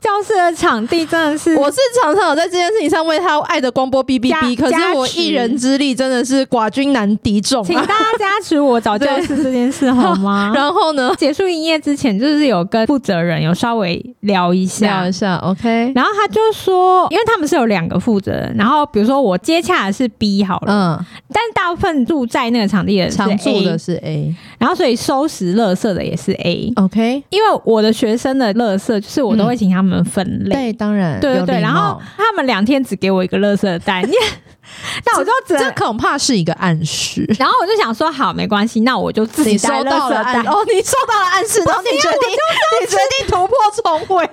[SPEAKER 2] 教室的场地真的是
[SPEAKER 1] 我是常常有在这件事情上为他爱的光波哔哔哔，
[SPEAKER 2] 加
[SPEAKER 1] 可是我
[SPEAKER 2] 加持
[SPEAKER 1] 一人之力真的是寡君难敌众
[SPEAKER 2] 请
[SPEAKER 1] 啊。
[SPEAKER 2] 大家加持我找教室这件 事好吗？然后
[SPEAKER 1] 然后呢，
[SPEAKER 2] 结束营业之前，就是有跟负责人有稍微聊一下
[SPEAKER 1] 聊一，下，OK，
[SPEAKER 2] 然后他就说，因为他们是有两个负责人，然后比如说我接洽的是 B 好了，
[SPEAKER 1] 嗯，
[SPEAKER 2] 但大部分住在那个场地的人是
[SPEAKER 1] 常
[SPEAKER 2] A，
[SPEAKER 1] 驻的是 A，
[SPEAKER 2] 然后所以收拾垃圾的也是 A，
[SPEAKER 1] OK，
[SPEAKER 2] 因为我的学生的垃圾就是我都会请他们分类。
[SPEAKER 1] 对，当然，
[SPEAKER 2] 对
[SPEAKER 1] 有
[SPEAKER 2] 对对，
[SPEAKER 1] 礼
[SPEAKER 2] 然后
[SPEAKER 1] 貌
[SPEAKER 2] 他们两天只给我一个垃圾 袋，那我就只
[SPEAKER 1] 这
[SPEAKER 2] 能，
[SPEAKER 1] 恐怕是一个暗示。
[SPEAKER 2] 然后我就想说，好，没关系，那我就自己
[SPEAKER 1] 你
[SPEAKER 2] 带
[SPEAKER 1] 收
[SPEAKER 2] 垃
[SPEAKER 1] 到
[SPEAKER 2] 圾
[SPEAKER 1] 了
[SPEAKER 2] 袋
[SPEAKER 1] 暗。哦，你收到了暗示，然后你决定你决定突破重围，啊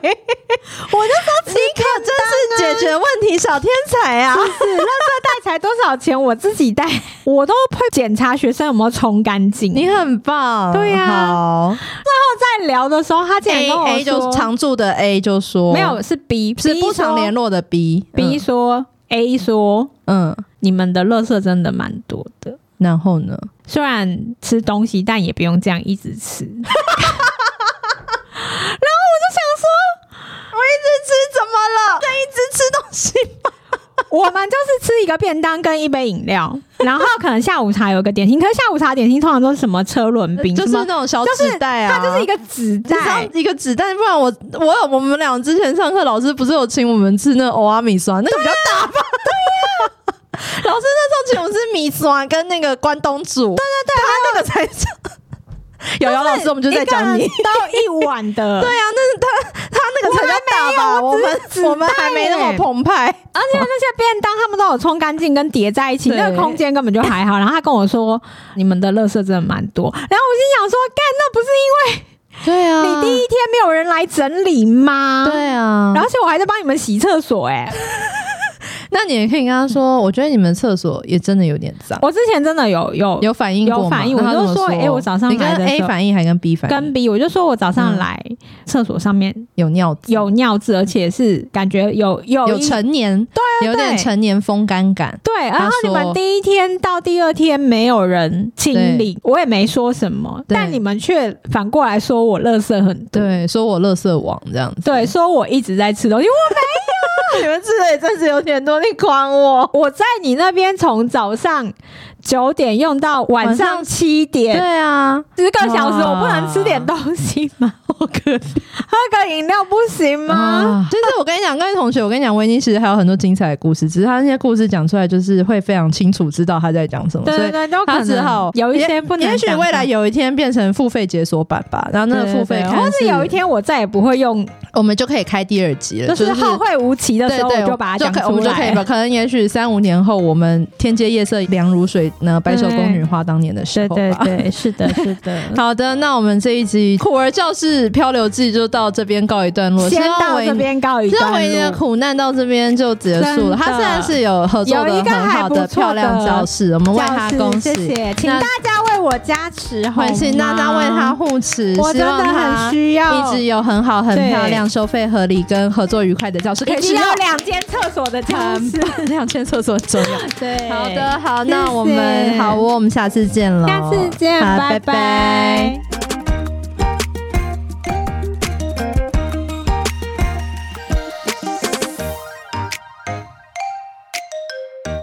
[SPEAKER 2] 我就
[SPEAKER 1] 你可真是解决问题小天才啊！
[SPEAKER 2] 是，垃圾袋才多少钱？我自己带，我都会检查学生有没有冲干净。
[SPEAKER 1] 你很棒，
[SPEAKER 2] 对呀
[SPEAKER 1] 好
[SPEAKER 2] 在聊的时候，他竟然
[SPEAKER 1] ，A
[SPEAKER 2] 跟我
[SPEAKER 1] A 就
[SPEAKER 2] 说，
[SPEAKER 1] 常驻的 A 就说
[SPEAKER 2] 没有是 B，
[SPEAKER 1] 是不常联
[SPEAKER 2] 络。
[SPEAKER 1] 络的嗯 B
[SPEAKER 2] B 说、A 说，
[SPEAKER 1] 嗯，嗯
[SPEAKER 2] 你们的垃圾真的蛮多的。
[SPEAKER 1] 然后呢？
[SPEAKER 2] 虽然吃东西，但也不用这样一直吃。 然后我
[SPEAKER 1] 我一直吃怎么了？在一直吃东西吗？
[SPEAKER 2] 就想说，我们就是吃一个便当跟一杯饮料，然后可能下午茶有个点心。可是下午茶点心通常都是什么车轮饼，
[SPEAKER 1] 就是
[SPEAKER 2] 什么
[SPEAKER 1] 那种小
[SPEAKER 2] 就是
[SPEAKER 1] 纸袋啊，
[SPEAKER 2] 它就是一个纸
[SPEAKER 1] 只要
[SPEAKER 2] 袋，
[SPEAKER 1] 一个纸袋，不然我我有我们俩之前上课，老师不是有请我们吃那个欧阿米酸，那个比较大吧？对呀、啊老师那时候请我们吃米酸跟那个关东煮，对对对，他那个才是。瑶瑶老师，我们就在 讲你。
[SPEAKER 2] 到一碗的，
[SPEAKER 1] 对呀、啊那是他他那个才叫大吧？我
[SPEAKER 2] 我还没有我
[SPEAKER 1] 们
[SPEAKER 2] 只是
[SPEAKER 1] 我们还没那么澎湃。
[SPEAKER 2] 而且那些便当他们都有冲干净跟叠在一起，
[SPEAKER 1] 对
[SPEAKER 2] 那个空间根本就还好。然后他跟我说，你们的垃圾真的蛮多。然后我心想说，干，那不是
[SPEAKER 1] 对啊
[SPEAKER 2] 因为你第一天没有人来整理吗？。
[SPEAKER 1] 啊
[SPEAKER 2] 然后而且我还在帮你们洗厕所、哎，
[SPEAKER 1] 那你也可以跟他说，我觉得你们厕所也真的有点脏。
[SPEAKER 2] 我之前真的有有
[SPEAKER 1] 有反应过吗
[SPEAKER 2] 有反应
[SPEAKER 1] 那他
[SPEAKER 2] 我就
[SPEAKER 1] 怎么
[SPEAKER 2] 说诶我早上
[SPEAKER 1] 你跟
[SPEAKER 2] 来的时
[SPEAKER 1] A
[SPEAKER 2] 候
[SPEAKER 1] 反应还跟 B 反应，
[SPEAKER 2] 跟 B，我就说我早上来厕所上面
[SPEAKER 1] 有尿渍
[SPEAKER 2] 有尿渍，而且是感觉有有
[SPEAKER 1] 有
[SPEAKER 2] 一
[SPEAKER 1] 成年，
[SPEAKER 2] 对啊
[SPEAKER 1] 有点
[SPEAKER 2] 对
[SPEAKER 1] 成年风干感。
[SPEAKER 2] 对，
[SPEAKER 1] 他
[SPEAKER 2] 然后你
[SPEAKER 1] 说
[SPEAKER 2] 们第一天到第二天没有人清理，我也没说什么，
[SPEAKER 1] 对
[SPEAKER 2] 但你们却反过来说我垃圾很多，
[SPEAKER 1] 对，说我垃圾王这样子，
[SPEAKER 2] 对，说我一直在吃东西， 我
[SPEAKER 1] 你们吃的也真是有 点多，你管我？
[SPEAKER 2] 我在你那边从早上九点用到晚
[SPEAKER 1] 晚
[SPEAKER 2] 上
[SPEAKER 1] 上
[SPEAKER 2] 七
[SPEAKER 1] 对
[SPEAKER 2] 点，
[SPEAKER 1] 啊，
[SPEAKER 2] 十个小时，
[SPEAKER 1] 哇
[SPEAKER 2] 我不能吃点东西吗？ 我可喝个饮料不行吗？
[SPEAKER 1] 啊，就是我跟你讲，各位同学，我跟你讲，维尼其实还有很多精彩的故事，只是他那些故事讲出来，就是会非常清楚知道他在讲什么，
[SPEAKER 2] 对
[SPEAKER 1] 所
[SPEAKER 2] 对
[SPEAKER 1] 以。
[SPEAKER 2] 对，都
[SPEAKER 1] 他
[SPEAKER 2] 可
[SPEAKER 1] 只好
[SPEAKER 2] 能有一些不能讲，
[SPEAKER 1] 也也许未来有一天变成付费解锁版吧，然后那
[SPEAKER 2] 对
[SPEAKER 1] 个
[SPEAKER 2] 对
[SPEAKER 1] 付费
[SPEAKER 2] 对
[SPEAKER 1] 看
[SPEAKER 2] 或是有一天我再也不会用，
[SPEAKER 1] 我们就可以开第二集了，
[SPEAKER 2] 就
[SPEAKER 1] 就是
[SPEAKER 2] 后会无期的
[SPEAKER 1] 对
[SPEAKER 2] 时候，
[SPEAKER 1] 对，
[SPEAKER 2] 我就把它讲
[SPEAKER 1] 可以我
[SPEAKER 2] 出
[SPEAKER 1] 们就可以
[SPEAKER 2] 来
[SPEAKER 1] 吧。。可能也许三五年后，我们天街夜色凉如水，呢，白首宫女花当年的时
[SPEAKER 2] 对
[SPEAKER 1] 候吧。
[SPEAKER 2] 对对，是的， 是的。
[SPEAKER 1] 好的，那我们这一集《苦儿教室漂流记》就到这边告一段落，
[SPEAKER 2] 先
[SPEAKER 1] 希望
[SPEAKER 2] 到
[SPEAKER 1] 维
[SPEAKER 2] 这。边告一
[SPEAKER 1] 希望维
[SPEAKER 2] 段
[SPEAKER 1] 尼的
[SPEAKER 2] 落。
[SPEAKER 1] 苦难到这边就结束
[SPEAKER 2] 真
[SPEAKER 1] 了。
[SPEAKER 2] 的
[SPEAKER 1] 他虽然是有合作
[SPEAKER 2] 有
[SPEAKER 1] 的
[SPEAKER 2] 一个
[SPEAKER 1] 很好
[SPEAKER 2] 还不错
[SPEAKER 1] 漂亮
[SPEAKER 2] 的
[SPEAKER 1] 教室，我们为
[SPEAKER 2] 教
[SPEAKER 1] 他
[SPEAKER 2] 师
[SPEAKER 1] 恭喜，
[SPEAKER 2] 谢谢，请
[SPEAKER 1] 那
[SPEAKER 2] 大家为我加持，好
[SPEAKER 1] 会请大家
[SPEAKER 2] 吗
[SPEAKER 1] 为他， 护持，
[SPEAKER 2] 我
[SPEAKER 1] 希
[SPEAKER 2] 真
[SPEAKER 1] 望
[SPEAKER 2] 的
[SPEAKER 1] 他
[SPEAKER 2] 很需要，
[SPEAKER 1] 一直有很好、很
[SPEAKER 2] 对
[SPEAKER 1] 漂亮、收费合理跟合作愉快的教室可
[SPEAKER 2] 一
[SPEAKER 1] 以
[SPEAKER 2] 直
[SPEAKER 1] 使用
[SPEAKER 2] 要。两间厕所的 教
[SPEAKER 1] 很
[SPEAKER 2] 室，
[SPEAKER 1] 棒，两间厕所很重要。
[SPEAKER 2] 对
[SPEAKER 1] 好的，好，
[SPEAKER 2] 谢谢
[SPEAKER 1] 那我们好哦，我们下次见了，
[SPEAKER 2] 下次见，
[SPEAKER 1] 好
[SPEAKER 2] 拜
[SPEAKER 1] 拜拜
[SPEAKER 2] 拜